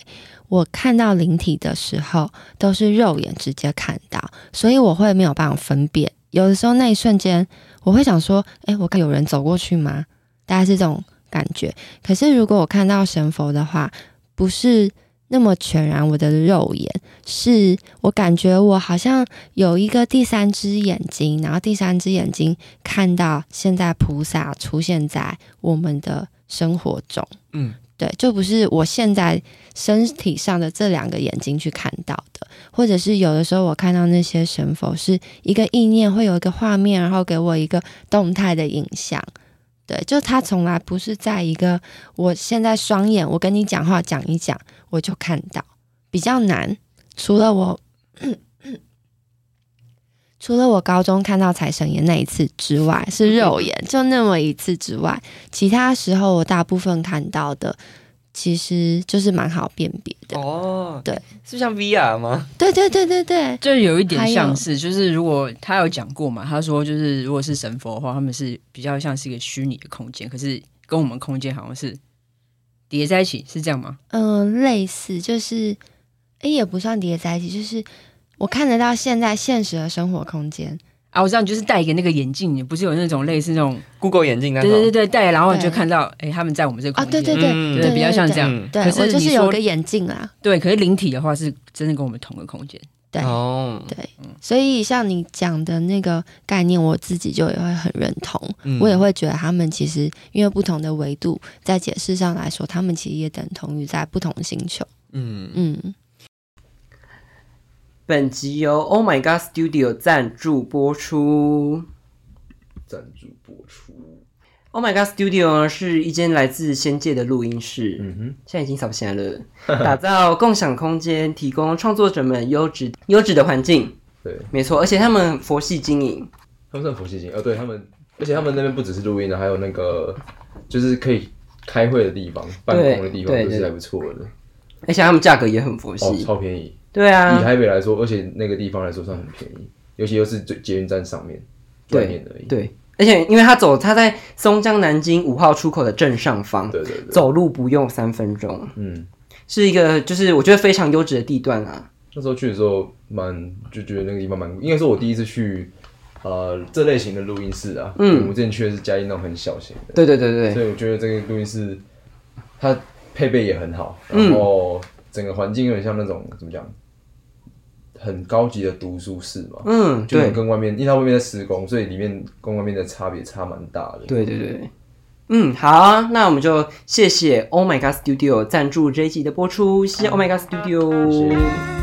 S2: 我看到灵体的时候，都是肉眼直接看到，所以我会没有办法分辨。有的时候那一瞬间，我会想说：“诶，我看有人走过去吗？”大概是这种感觉。可是如果我看到神佛的话，不是那么全然我的肉眼，是我感觉我好像有一个第三只眼睛，然后第三只眼睛看到现在菩萨出现在我们的生活中。
S3: 嗯，
S2: 对，就不是我现在身体上的这两个眼睛去看到的，或者是有的时候我看到那些神佛是一个意念，会有一个画面，然后给我一个动态的影像。对，就他从来不是在一个我现在双眼，我跟你讲话讲一讲，我就看到，比较难。除了我，除了我高中看到财神爷那一次之外，是肉眼，就那么一次之外，其他时候我大部分看到的，其实就是蛮好辨别的。
S3: 哦，
S2: 对，
S3: 是像 VR 吗？
S2: 对对对对对，
S1: 就有一点
S2: 还有
S1: 像是，就是如果他有讲过嘛，他说就是如果是神佛的话，他们是比较像是一个虚拟的空间，可是跟我们空间好像是叠在一起，是这样吗？
S2: 嗯、类似就是，诶，也不算叠在一起，就是我看得到现在现实的生活空间。
S1: 啊，我知道，你就是戴一个那个眼镜，你不是有那种类似那种，
S3: ，Google 眼镜那
S1: 对
S3: 种，
S1: 对对对，戴，然后你就
S2: 对
S1: 看到，哎、他们在我们这个
S2: 哦，
S1: 空间，
S2: 对对对，
S3: 嗯
S2: 对
S1: 对比较像
S2: 对
S1: 这样
S3: 嗯
S2: 对
S1: 可是
S2: 我就
S1: 你
S2: 是有
S1: 说
S2: 个眼镜啦，
S1: 对可是灵体的话是真的跟我们同个空间，
S2: 对
S3: 哦，
S2: 对，所以像你讲的那个概念，我自己就也会很认同，
S3: 嗯
S2: 我也会觉得他们其实因为不同的维度，在解释上来说，他们其实也等同于在不同星球。
S3: 嗯
S2: 嗯，
S5: 本集由 Oh My God Studio 赞助播出。
S4: 赞助播出。
S5: Oh My God Studio 呢是一间来自仙界的录音室，
S4: 嗯
S5: 现在已经扫不起来
S4: [LAUGHS]
S5: 了。打造共享空间，提供创作者们优质优质的环境。
S4: 哼，对，
S5: 没错，而且他们佛系经营，
S4: 他们算佛系型，哦，对他们，而且他们那边不只是录音的，还有那个就是可以开会的地方、办公的地方
S5: 对
S4: 都是
S5: 对
S4: 还不错的，
S5: 而且他们价格也很佛系。
S4: 哦，超便宜。
S5: 对
S4: 以
S5: 啊，
S4: 台北来说，而且那个地方来说算很便宜，尤其又是最捷运站上面外面
S5: 对
S4: 而已。
S5: 对，而且因为他走，他在松江南京五号出口的正上方，
S4: 对对对，
S5: 走路不用三分钟，
S4: 嗯，
S5: 是一个就是我觉得非常优质的地段啊。
S4: 那时候去的时候蛮就觉得那个地方蛮，应该是我第一次去呃这类型的录音室啊。
S5: 嗯
S4: 我之前去的是嘉义那种很小型的，
S5: 对对对对对
S4: 所以我觉得这个录音室它配备也很好，
S5: 嗯
S4: 然后整个环境有点像那种怎么讲，很高级的读书室嘛。
S5: 嗯，
S4: 就
S5: 对
S4: 跟外面，因为它外面在施工，所以里面跟外面的差别差蛮大的。
S5: 对对对，嗯，好啊，那我们就谢谢 Oh My God Studio 赞助这一集的播出，谢谢 Oh My God Studio。
S4: 谢谢。